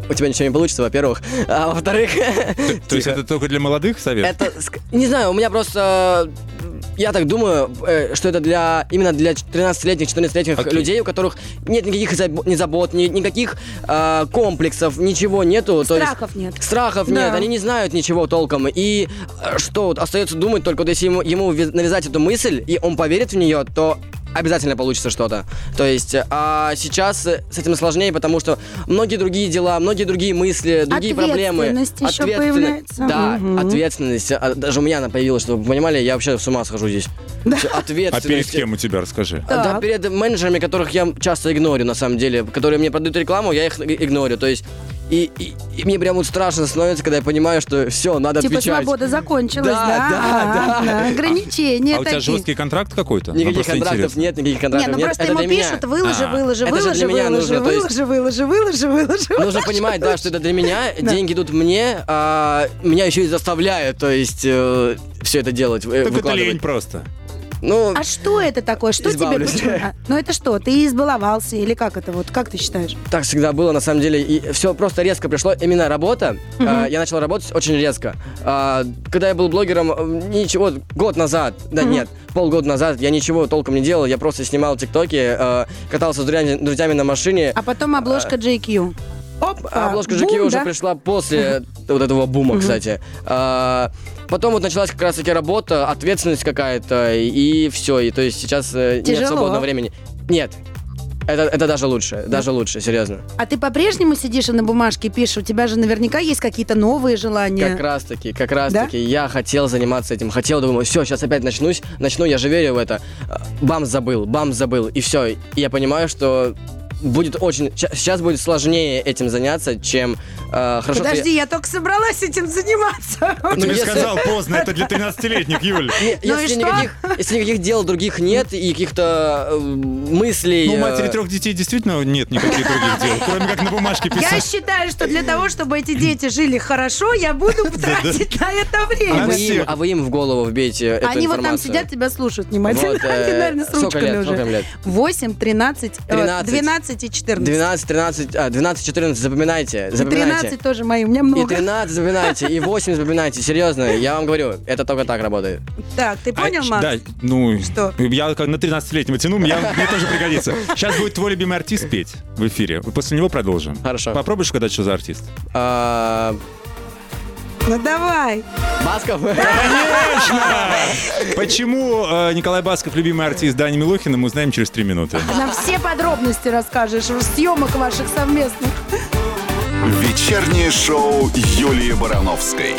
Speaker 4: у тебя ничего не получится, во-первых. А во-вторых,
Speaker 3: То есть это только для молодых совет?
Speaker 4: это, ск- не знаю, у меня просто, э, я так думаю, э, что это для, именно для 13-летних, 14-летних
Speaker 3: Окей.
Speaker 4: людей, у которых нет никаких забо- ни забот, ни- никаких э, комплексов, ничего нету. то есть-
Speaker 2: Страхов нет.
Speaker 4: Страхов
Speaker 2: Да.
Speaker 4: нет, они не знают ничего толком. И э, что, вот остается думать только вот если ему, ему ви- навязать эту мысль, и он поверит в нее, то обязательно получится что-то. То есть, э, а сейчас э, с этим сложнее, потому что многие другие дела, многие другие мысли, другие проблемы.
Speaker 2: Ответственность еще
Speaker 4: Ответственно-
Speaker 2: появляется.
Speaker 4: Да,
Speaker 2: Мгм.
Speaker 4: ответственность. а, Даже у меня она появилась, чтобы вы понимали, я вообще с ума схожу здесь.
Speaker 3: А
Speaker 4: Ответственность.
Speaker 3: перед кем у тебя, расскажи.
Speaker 4: Да,
Speaker 2: Так.
Speaker 4: перед менеджерами, которых я часто игнорю, на самом деле, которые мне продают рекламу, я их и- игнорю. То есть, и, и- и мне прям вот страшно становится, когда я понимаю, что все, надо
Speaker 2: Типа
Speaker 4: отвечать.
Speaker 2: свобода закончилась,
Speaker 4: Да,
Speaker 2: да?
Speaker 4: да,
Speaker 2: А, да, Ограничения
Speaker 3: А у тебя
Speaker 2: такие.
Speaker 3: жесткий контракт какой-то? Ну,
Speaker 4: Никаких
Speaker 3: просто
Speaker 4: контрактов
Speaker 3: интересно.
Speaker 4: нет, никаких
Speaker 2: Не,
Speaker 4: контрактов
Speaker 2: ну
Speaker 4: нет.
Speaker 2: просто
Speaker 4: Это
Speaker 2: ему
Speaker 4: для меня.
Speaker 2: пишут, выложи,
Speaker 3: А,
Speaker 2: выложи,
Speaker 4: это же
Speaker 2: выложи,
Speaker 4: для меня
Speaker 2: выложи,
Speaker 4: нужно, то есть-
Speaker 2: выложи, выложи, выложи, выложи.
Speaker 4: Ну, Нужно понимать, да, что это для меня, деньги идут мне, а меня еще и заставляют, то есть, все это делать, э,
Speaker 3: Так это
Speaker 4: выкладывать.
Speaker 3: лень просто.
Speaker 4: Ну,
Speaker 2: А что это такое? Что тебе
Speaker 4: Избавлюсь.
Speaker 2: почему? А, Ну это что? Ты избаловался или как это вот? Как ты считаешь?
Speaker 4: так всегда было, на самом деле. И все просто резко пришло. Именно работа. а, я начал работать очень резко. А, когда я был блогером, м, ничего, год назад, да нет, полгода назад, я ничего толком не делал. Я просто снимал тиктоки, э, катался с друзьями, друзьями на машине.
Speaker 2: А потом обложка JQ. Оп,
Speaker 4: А обложка жуки уже пришла после вот этого бума, кстати. А, Потом вот началась как раз-таки работа, ответственность какая-то, и все. И то есть сейчас э, нет
Speaker 2: Тяжело.
Speaker 4: свободного времени. Нет. Это, это даже лучше, даже лучше, серьезно.
Speaker 2: А ты по-прежнему сидишь и на бумажке пишешь? У тебя же наверняка есть какие-то новые желания.
Speaker 4: Как раз таки, как раз таки, я хотел заниматься этим, хотел, думаю, все, сейчас опять начнусь, начну, я же верю в это. А, Бам, забыл, бам, забыл, и все. И я понимаю, что будет очень, сейчас будет сложнее этим заняться, чем э, хорошо. что я-
Speaker 2: Подожди, я только собралась этим заниматься.
Speaker 3: Я
Speaker 4: Ну,
Speaker 3: тебе
Speaker 4: если-
Speaker 3: сказал поздно, это для 13-летних, Юль.
Speaker 4: Не,
Speaker 2: Ну и
Speaker 4: если,
Speaker 2: что?
Speaker 4: никаких, если никаких дел других нет и каких-то э, мыслей...
Speaker 3: Ну, у матери
Speaker 4: э,
Speaker 3: трех детей действительно нет никаких других дел, кроме как на бумажке
Speaker 2: Я
Speaker 3: писать.
Speaker 2: считаю, что для того, чтобы эти дети жили хорошо, я буду тратить на это
Speaker 3: Она
Speaker 4: а, вы
Speaker 2: время.
Speaker 4: им,
Speaker 3: всех.
Speaker 4: а вы им в голову вбейте эту
Speaker 2: Они вот там
Speaker 4: информацию.
Speaker 2: сидят, тебя слушают внимательно.
Speaker 4: Вот, э,
Speaker 2: Они, наверное, с
Speaker 4: сколько
Speaker 2: ручками
Speaker 4: лет, сколько им
Speaker 2: уже.
Speaker 4: лет?
Speaker 2: 8, 13, э,
Speaker 4: 13.
Speaker 2: 12 и 14.
Speaker 4: 12, 13, а, 12, 14, запоминайте, запоминайте.
Speaker 2: 13 тоже мои, у меня
Speaker 4: И
Speaker 2: много.
Speaker 4: 13 запоминайте, и 8 запоминайте, серьезно, я вам говорю, это только так работает.
Speaker 2: Так, ты понял,
Speaker 3: А,
Speaker 2: Макс?
Speaker 3: Да, ну,
Speaker 2: Что?
Speaker 3: я как на 13-летнего тяну, мне, мне тоже пригодится. Сейчас будет твой любимый артист петь в эфире. После него продолжим.
Speaker 4: Хорошо.
Speaker 3: Попробуешь угадать, что за артист?
Speaker 4: А,
Speaker 2: Ну давай.
Speaker 4: Басков?
Speaker 3: Почему э, Николай Басков любимый артист Дани Милохина, мы узнаем через 3 минуты.
Speaker 2: Нам все подробности расскажешь, съемок ваших совместных.
Speaker 1: Вечернее шоу Юлии Барановской.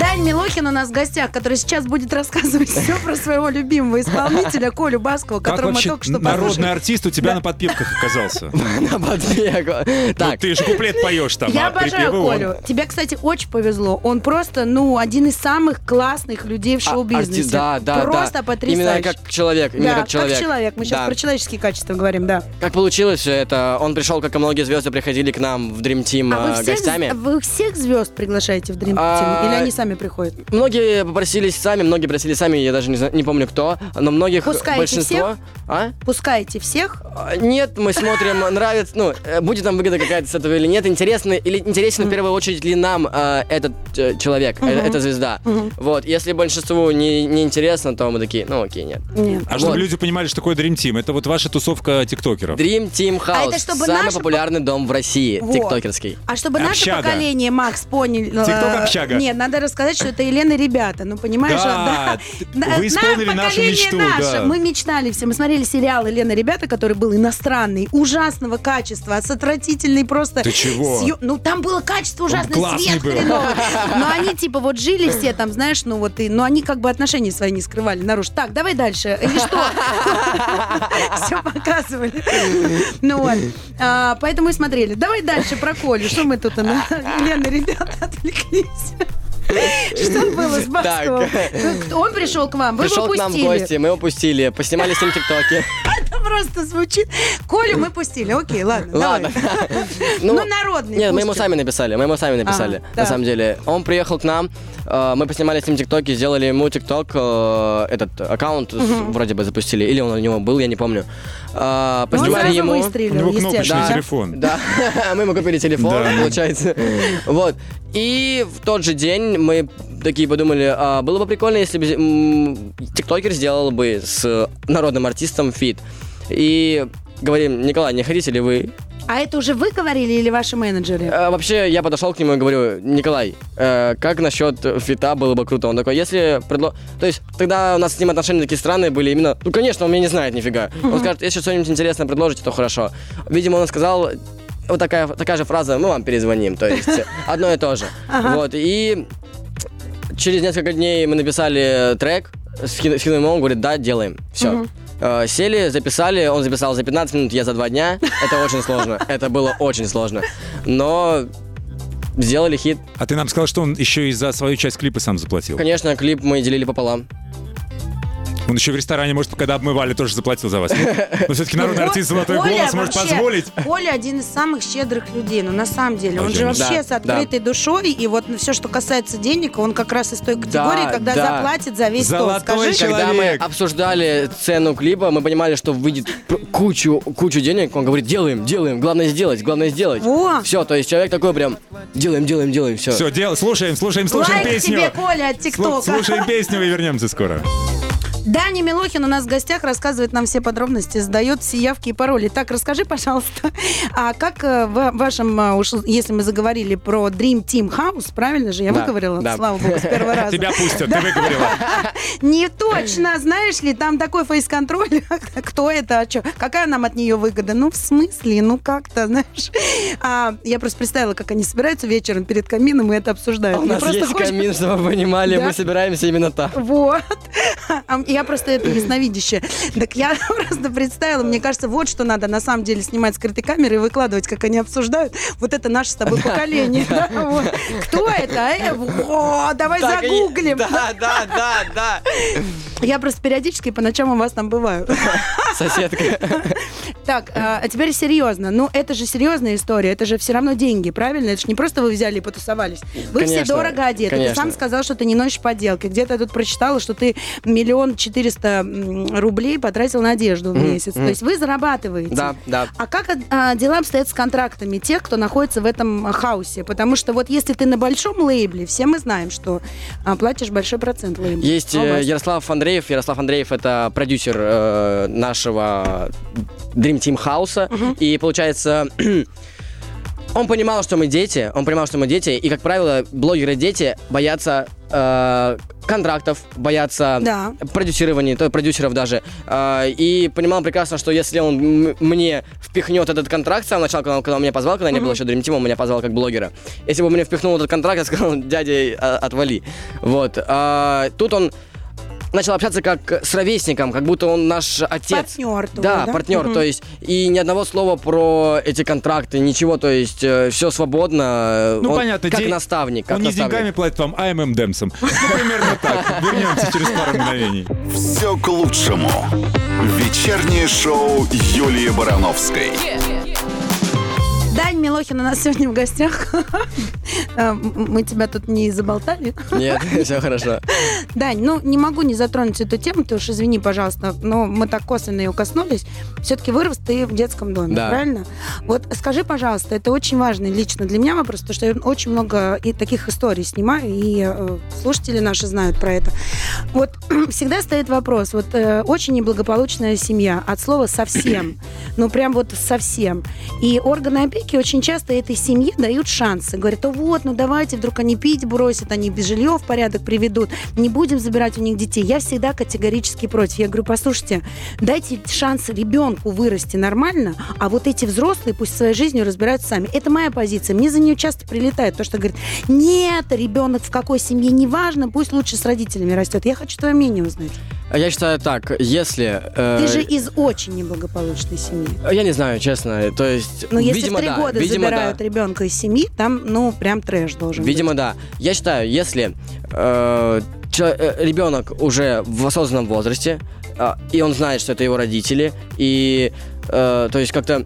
Speaker 2: Дань Милохин у нас в гостях, который сейчас будет рассказывать все про своего любимого исполнителя Колю Баскова,
Speaker 3: Как
Speaker 2: которого мы
Speaker 3: вообще
Speaker 2: только что
Speaker 3: народный
Speaker 2: послушали.
Speaker 3: артист у тебя на подпевках оказался?
Speaker 4: На подбегу.
Speaker 3: Ну,
Speaker 4: Так,
Speaker 3: ты же куплет поешь там,
Speaker 2: Я
Speaker 3: а
Speaker 2: обожаю
Speaker 3: припевы он.
Speaker 2: Колю. Тебе, кстати, очень повезло. Он просто, ну, один из самых классных людей в
Speaker 4: а-
Speaker 2: шоу-бизнесе.
Speaker 4: арти- Да, да, да.
Speaker 2: Просто потрясающе.
Speaker 4: Именно как человек, именно
Speaker 2: Да,
Speaker 4: как человек.
Speaker 2: Мы сейчас
Speaker 4: Да.
Speaker 2: про человеческие качества говорим, да.
Speaker 4: Как получилось все это? Он пришел, как и многие звезды, приходили к нам в Dream Team
Speaker 2: А
Speaker 4: э,
Speaker 2: вы всех,
Speaker 4: гостями.
Speaker 2: вы всех звезд приглашаете в Dream Team?
Speaker 4: А,
Speaker 2: Или они сами приходят?
Speaker 4: Многие попросились сами, многие просили сами, я даже не, зна- не помню кто, но многих
Speaker 2: Пускаете
Speaker 4: большинство.
Speaker 2: всех?
Speaker 4: А?
Speaker 2: Пускаете всех?
Speaker 4: А, Нет, мы смотрим, нравится, ну, э, будет нам выгода какая-то с этого или нет, интересно, или интересно в первую очередь ли нам э, этот э, человек, э, эта звезда. Вот, если большинству не, не интересно, то мы такие, ну окей, нет.
Speaker 2: Нет.
Speaker 3: А чтобы
Speaker 4: Вот.
Speaker 3: люди понимали, что такое Dream Team, это вот ваша тусовка тиктокеров.
Speaker 4: Dream Team House,
Speaker 2: А это чтобы
Speaker 4: самый
Speaker 2: наши по-
Speaker 4: популярный дом в России,
Speaker 2: Вот.
Speaker 4: тиктокерский.
Speaker 2: А чтобы наше
Speaker 3: Общага.
Speaker 2: поколение, Макс, понял... э,
Speaker 3: Тикток общага.
Speaker 2: Нет, надо рассказать, что это Елена и ребята. Ну, понимаешь?
Speaker 3: Да,
Speaker 2: вот,
Speaker 3: т- вы
Speaker 2: На-
Speaker 3: исполнили нашу
Speaker 2: поколение
Speaker 3: мечту,
Speaker 2: наше.
Speaker 3: да.
Speaker 2: Мы мечтали все. Мы смотрели сериал «Елена и ребята», который был иностранный, ужасного качества, с отвратительной просто...
Speaker 3: Ты чего?
Speaker 2: съё- Ну, там было качество ужасное,
Speaker 3: классный
Speaker 2: свет
Speaker 3: был.
Speaker 2: хреновый. Но они типа вот жили все там, знаешь, ну вот и... Но они как бы отношения свои не скрывали наружу. Так, давай дальше. Или что? Все показывали. Ну вот. А, Поэтому и смотрели. Давай дальше про Колю. Что мы тут? она- Лена, ребята, отвлеклись. Что было с Басковым? Ну, Он пришел к вам, вы
Speaker 4: Пришел
Speaker 2: его
Speaker 4: к нам в
Speaker 2: пустили.
Speaker 4: гости, мы его пустили, поснимали с ним тиктоки.
Speaker 2: Это просто звучит. Колю мы пустили. Окей, ладно.
Speaker 4: Ладно.
Speaker 2: давай. Ну, народный.
Speaker 4: Нет, мы ему
Speaker 2: пустим.
Speaker 4: сами написали, мы ему сами написали,
Speaker 2: Ага,
Speaker 4: на
Speaker 2: да.
Speaker 4: самом деле. Он приехал к нам, э, мы поснимали с ним тиктоки, сделали ему тикток, э, этот аккаунт с- вроде бы запустили, или он у него был, я не помню. Э,
Speaker 2: Ну, Он
Speaker 4: Поснимали
Speaker 2: сразу
Speaker 4: ему...
Speaker 3: У него
Speaker 2: выстрелил,
Speaker 3: кнопочный
Speaker 2: естественно.
Speaker 3: телефон.
Speaker 4: Да, мы ему купили телефон,
Speaker 3: Да.
Speaker 4: получается. Вот. И в тот же день мы такие подумали, а, было бы прикольно, если бы м, тиктокер сделал бы с народным артистом фит. И говорим, Николай, не хотите ли вы
Speaker 2: А это уже вы говорили или ваши менеджеры?
Speaker 4: Э, Вообще, я подошел к нему и говорю, Николай, э, как насчет фита было бы круто? Он такой, если предло... То есть, тогда у нас с ним отношения такие странные были именно... Ну, конечно, он меня не знает нифига. Он скажет, если что-нибудь интересное предложите, то хорошо. Видимо, он сказал... Вот такая, такая же фраза, мы вам перезвоним, то есть э, одно и то же. Вот, и через несколько дней мы написали трек, скину- скинул ему, он говорит, да, делаем, все. Сели, записали, он записал за 15 минут, я за 2 дня. Это очень сложно, это было очень сложно. Но сделали хит.
Speaker 3: А ты нам сказал, что он еще и за свою часть клипа сам заплатил.
Speaker 4: Конечно, клип мы делили пополам.
Speaker 3: Он еще в ресторане, может, когда обмывали, тоже заплатил за вас. нет? Но все-таки народный артист «Золотой
Speaker 2: Коля
Speaker 3: голос» может
Speaker 2: вообще-
Speaker 3: позволить.
Speaker 2: Коля один из самых щедрых людей, ну на самом деле. Он же
Speaker 3: Пойдем.
Speaker 2: вообще
Speaker 4: Да,
Speaker 2: с открытой душой, и вот все, что касается денег, он как раз из той категории, когда
Speaker 4: да.
Speaker 2: заплатит за весь стол.
Speaker 3: Золотой
Speaker 2: Скажи,
Speaker 3: человек.
Speaker 4: Когда мы обсуждали цену клипа, мы понимали, что выйдет пр- кучу, кучу денег. Он говорит, делаем, делаем, главное сделать, главное сделать.
Speaker 2: Во!
Speaker 4: Все, то есть человек такой прям, делаем, делаем, делаем, все.
Speaker 3: Все, дел... слушаем, слушаем, слушаем
Speaker 2: лайк
Speaker 3: песню.
Speaker 2: тебе, Коля, от
Speaker 3: Слу-
Speaker 2: ТикТока.
Speaker 3: Слушаем песню и вернемся скоро.
Speaker 2: Даня Милохин у нас в гостях, рассказывает нам все подробности, сдает все явки и пароли. Так, расскажи, пожалуйста, а как э, в вашем, э, уж если мы заговорили про Dream Team House, правильно же я
Speaker 4: Да,
Speaker 2: выговорила?
Speaker 4: да.
Speaker 2: Слава богу, с первого раза.
Speaker 3: Тебя пустят, ты выговорила.
Speaker 2: Не точно, знаешь ли, там такой фейс-контроль. Кто это, а чё? Какая нам от нее выгода? Ну, в смысле, ну как-то, знаешь. А, я просто представила, как они собираются вечером перед камином и это обсуждают.
Speaker 4: А У
Speaker 2: Мне
Speaker 4: нас
Speaker 2: просто
Speaker 4: есть
Speaker 2: хочется-
Speaker 4: камин, чтобы вы понимали,
Speaker 2: Да.
Speaker 4: мы собираемся именно там.
Speaker 2: Вот. А Я просто это ясновидящая. Так я просто представила, мне кажется, вот что надо на самом деле снимать скрытой камеры и выкладывать, как они обсуждают. Вот это наше с тобой поколение. да, вот. Кто это? Э, о, давай
Speaker 4: Так и-
Speaker 2: загуглим.
Speaker 4: Да, да, да, да.
Speaker 2: Я просто периодически по ночам у вас там бываю.
Speaker 4: Соседка.
Speaker 2: Так, а а теперь серьезно. Ну, это же серьезная история, это же все равно деньги, правильно? Это же не просто вы взяли и потусовались. Вы все
Speaker 4: Конечно,
Speaker 2: дорого одеты. Ты
Speaker 4: конечно.
Speaker 2: сам сказал, что ты не носишь поделки. Где-то я тут прочитала, что ты миллион четыреста м, рублей потратил на одежду в месяц. То есть вы зарабатываете.
Speaker 4: Да, да.
Speaker 2: А как а, дела обстоят с контрактами тех, кто находится в этом а, хаосе? Потому что вот если ты на большом лейбле, все мы знаем, что а, платишь большой процент лейблу.
Speaker 4: Есть
Speaker 2: А у
Speaker 4: э,
Speaker 2: вас?
Speaker 4: Ярослав Андреев. Ярослав Андреев это продюсер э, нашего Dream Team House. И получается, Он понимал, что мы дети, он понимал, что мы дети, и, как правило, блогеры-дети боятся э, контрактов, боятся
Speaker 2: Да.
Speaker 4: продюсирования, то продюсеров даже. Э, и понимал прекрасно, что если он м- мне впихнет этот контракт с самого начала, когда он, когда он меня позвал, когда не было еще Dream Team, он меня позвал как блогера. Если бы он мне впихнул этот контракт, я сказал, дядя, э, отвали. Вот. А, тут он начал общаться как с ровесником, как будто он наш отец.
Speaker 2: Партнер твой,
Speaker 4: Да,
Speaker 2: да?
Speaker 4: партнер,
Speaker 2: Мгм.
Speaker 4: то есть и ни одного слова про эти контракты, ничего, то есть все свободно. э,
Speaker 3: Ну,
Speaker 4: Он
Speaker 3: понятно,
Speaker 4: Как
Speaker 3: де-
Speaker 4: наставник, как
Speaker 3: Он не
Speaker 4: наставник.
Speaker 3: деньгами платит вам, а ММ Дэмсом. Ну, примерно так. Вернемся через пару мгновений.
Speaker 1: Все к лучшему. Вечернее шоу Юлии Барановской.
Speaker 2: Дань Милохин у нас сегодня в гостях. А, м- Мы тебя тут не заболтали.
Speaker 4: Нет, все хорошо.
Speaker 2: Дань, ну не могу не затронуть эту тему, ты уж извини, пожалуйста, но мы так косвенно ее коснулись. Все-таки вырос ты в детском доме,
Speaker 4: Да.
Speaker 2: правильно? Вот скажи, пожалуйста, это очень важный лично для меня вопрос, потому что я очень много и таких историй снимаю, и э, слушатели наши знают про это. Вот всегда стоит вопрос, вот э, очень неблагополучная семья, от слова совсем, ну прям вот совсем. И органы опеки очень часто этой семье дают шансы. Говорят, о вот, ну давайте, вдруг они пить бросят, они без жилья в порядок приведут, не будем забирать у них детей. Я всегда категорически против. Я говорю, послушайте, дайте шанс ребенку вырасти нормально, а вот эти взрослые пусть своей жизнью разбираются сами. Это моя позиция. Мне за нее часто прилетает то, что говорит, нет, ребенок в какой семье, неважно, пусть лучше с родителями растет. Я хочу твое мнение узнать.
Speaker 4: А Я считаю так, если... э,
Speaker 2: Ты же из очень неблагополучной семьи.
Speaker 4: Я не знаю, честно, то есть...
Speaker 2: Но Ну, если
Speaker 4: видимо,
Speaker 2: в три
Speaker 4: да,
Speaker 2: года
Speaker 4: видимо,
Speaker 2: забирают
Speaker 4: да.
Speaker 2: ребенка из семьи, там, ну, прям трэш должен
Speaker 4: Видимо,
Speaker 2: быть.
Speaker 4: да. Я считаю, если э, чел- э, ребенок уже в осознанном возрасте, а, и он знает, что это его родители, и э, то есть как-то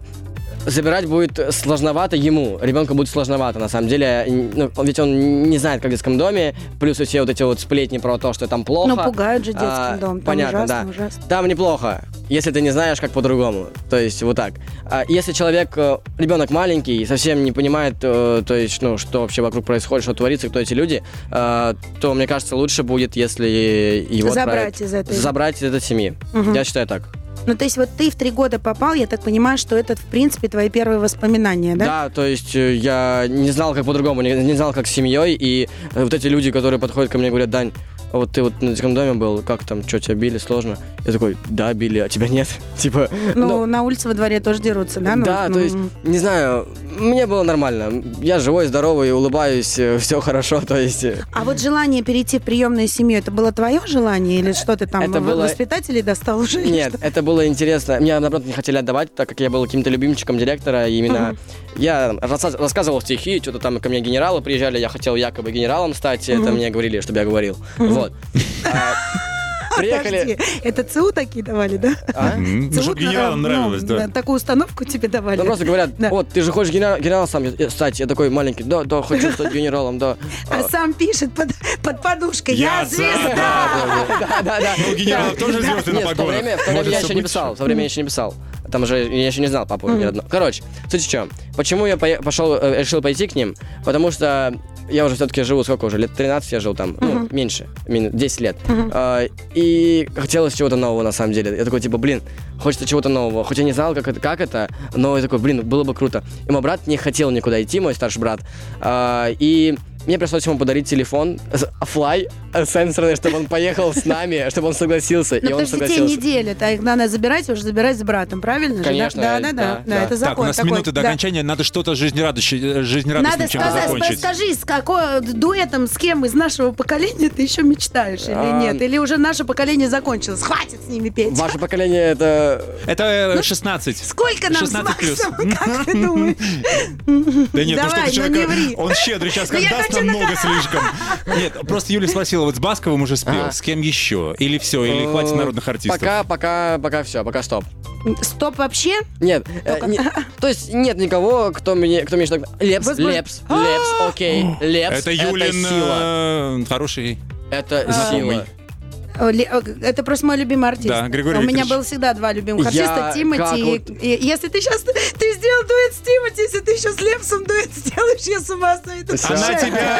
Speaker 4: забирать будет сложновато ему, ребенку будет сложновато, на самом деле, э, ну, ведь он не знает, как в детском доме, плюс все вот эти вот сплетни про то, что там плохо.
Speaker 2: Но Ну, пугают же детским
Speaker 4: А,
Speaker 2: домом. Там
Speaker 4: понятно,
Speaker 2: ужасно,
Speaker 4: да.
Speaker 2: ужасно.
Speaker 4: Там неплохо, если ты не знаешь, как по-другому. То есть вот так. А если человек, э, ребенок маленький, и совсем не понимает, э, то есть, ну, что вообще вокруг происходит, что творится, кто эти люди, э, то, мне кажется, лучше будет, если его
Speaker 2: Забрать
Speaker 4: отправят-
Speaker 2: из этой.
Speaker 4: забрать из этой семьи.
Speaker 2: Мгм.
Speaker 4: Я считаю так.
Speaker 2: Ну, то есть вот ты в три года попал, я так понимаю, что это, в принципе, твои первые воспоминания, да?
Speaker 4: Да, то есть э, я не знал, как по-другому, не, не знал, как с семьей, и э, вот эти люди, которые подходят ко мне и говорят, Дань, а вот ты вот на детском доме был, как там, что, тебя били, сложно? Я такой, да, били, а тебя нет. Типа,
Speaker 2: Ну,
Speaker 4: ну,
Speaker 2: на улице во дворе тоже дерутся, да? Ну,
Speaker 4: да, то есть,
Speaker 2: м.
Speaker 4: не знаю, мне было нормально. Я живой, здоровый, улыбаюсь, все хорошо, то есть... э,
Speaker 2: А вот желание перейти в приемную семью, это было твое желание или что ты там
Speaker 4: Это
Speaker 2: в-
Speaker 4: было-
Speaker 2: воспитателей достал уже? или
Speaker 4: Нет,
Speaker 2: что?
Speaker 4: это было интересно. Меня, наоборот, не хотели отдавать, так как я был каким-то любимчиком директора. и Именно я раса- рассказывал стихи, что-то там ко мне генералы приезжали, я хотел якобы генералом стать, это мне говорили, чтобы я говорил. Вот. А,
Speaker 2: Подожди,
Speaker 4: Приехали...
Speaker 2: это ЦУ такие давали, да?
Speaker 4: А?
Speaker 3: М, Ну,
Speaker 2: ЦУ,
Speaker 3: чтобы генералам
Speaker 2: ну,
Speaker 3: нравилось, да.
Speaker 2: Такую установку тебе давали.
Speaker 4: Ну, просто говорят,
Speaker 2: Да.
Speaker 4: вот, ты же хочешь генера- генералом сам э, стать. Я такой маленький, да, да, хочу стать генералом, да.
Speaker 2: А сам пишет под, под подушкой. Я,
Speaker 3: Я
Speaker 2: звезда!
Speaker 4: Да, да, да.
Speaker 3: Ну, У генерала тоже звезды на
Speaker 4: Нет, в то
Speaker 3: погонах.
Speaker 4: время, в то время
Speaker 3: Может,
Speaker 4: я
Speaker 3: всё
Speaker 4: еще не
Speaker 3: быть.
Speaker 4: писал, в то время я еще не писал. Там уже я еще не знал папу ни одного. Короче, суть в чем. Почему я пое- пошел, э, решил пойти к ним? Потому что я уже все-таки живу, сколько уже, лет 13 я жил там, ну, меньше, мин- 10 лет. А, и хотелось чего-то нового, на самом деле. Я такой, типа, блин, хочется чего-то нового. Хоть я не знал, как это, как это, но я такой, блин, было бы круто. И мой брат не хотел никуда идти, мой старший брат. А, и мне пришлось ему подарить телефон с- Fly э, сенсорный, чтобы он поехал с нами, чтобы он согласился.
Speaker 2: Ну,
Speaker 4: и он
Speaker 2: потому что детей не
Speaker 4: согласился.
Speaker 2: делят, а их надо забирать, уже забирать с братом, правильно же, да?
Speaker 4: Конечно,
Speaker 2: да, да,
Speaker 4: да,
Speaker 2: да, да,
Speaker 4: да.
Speaker 2: это
Speaker 3: Так, у
Speaker 2: закон
Speaker 3: нас
Speaker 2: такой,
Speaker 3: минуты до
Speaker 2: да.
Speaker 3: окончания. Надо что-то жизнерадующее-
Speaker 2: Надо
Speaker 3: жизнерадостным чем-то
Speaker 2: сказать,
Speaker 3: закончить.
Speaker 2: скажи, с какой э, дуэтом, с кем из нашего поколения ты еще мечтаешь или
Speaker 4: А.
Speaker 2: нет? Или уже наше поколение закончилось? Хватит с ними петь.
Speaker 4: Ваше поколение это...
Speaker 2: Ну,
Speaker 3: Это э, 16.
Speaker 2: Сколько нам с
Speaker 3: 16 плюс.
Speaker 2: Максом, как ты думаешь?
Speaker 3: Да нет,
Speaker 2: Давай,
Speaker 3: ну столько
Speaker 2: ну
Speaker 3: человека,
Speaker 2: не ври.
Speaker 3: он щедрый сейчас,
Speaker 2: Ну
Speaker 3: как
Speaker 2: я
Speaker 3: даст
Speaker 2: хочу
Speaker 3: нам много слишком. Нет, просто Юля спросила, вот с Басковым уже спел,
Speaker 4: Ага.
Speaker 3: с кем еще? Или все, или
Speaker 4: э,
Speaker 3: хватит народных артистов?
Speaker 4: Пока, пока, пока все, пока стоп.
Speaker 2: Стоп вообще?
Speaker 4: Нет, э, не- то есть нет никого, кто мне, кто мне что Лепс,
Speaker 2: Возможно-
Speaker 4: Лепс, Лепс, окей, Лепс.
Speaker 3: Это Юлин
Speaker 4: сила.
Speaker 3: э, хороший
Speaker 4: Это
Speaker 3: знакомый.
Speaker 4: сила.
Speaker 2: Э, Ле- э, Это просто мой любимый артист.
Speaker 3: Да, Григорий
Speaker 2: У меня
Speaker 3: Викторович.
Speaker 2: было всегда два любимых
Speaker 4: Я
Speaker 2: артиста, Тимати и-
Speaker 4: как
Speaker 2: и... Если ты сейчас, ты сделал дуэт с Тимати, если ты сейчас с Лепсом дуэт сделаешь, я с ума сойду.
Speaker 3: Она
Speaker 2: Слушай,
Speaker 3: тебя...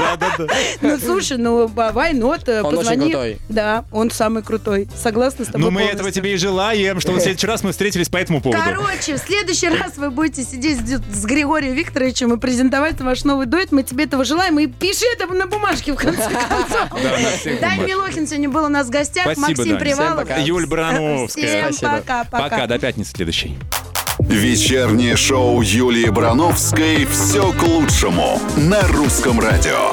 Speaker 3: Да-да-да.
Speaker 2: Ну, слушай, ну, why not? Э,
Speaker 4: Он очень
Speaker 2: Позвони.
Speaker 4: крутой.
Speaker 2: Да, он самый крутой. Согласна с тобой
Speaker 3: Ну, мы
Speaker 2: полностью.
Speaker 3: этого тебе и желаем, что в следующий раз мы встретились по этому поводу.
Speaker 2: Короче, в следующий раз вы будете сидеть с- с Григорием Викторовичем и презентовать ваш новый дуэт. Мы тебе этого желаем. И пиши это на бумажке, в конце концов.
Speaker 3: на всех
Speaker 2: Даня
Speaker 3: бумажках.
Speaker 2: Милохин сегодня был у нас в гостях.
Speaker 3: Спасибо,
Speaker 2: Максим
Speaker 3: Даня.
Speaker 2: Привалов.
Speaker 4: пока.
Speaker 3: Юль
Speaker 2: Всем
Speaker 3: Барановская.
Speaker 4: Спасибо.
Speaker 2: пока-пока.
Speaker 3: Пока, до пятницы следующей.
Speaker 1: Вечернее шоу Юлии Брановской «Все к лучшему» на русском радио.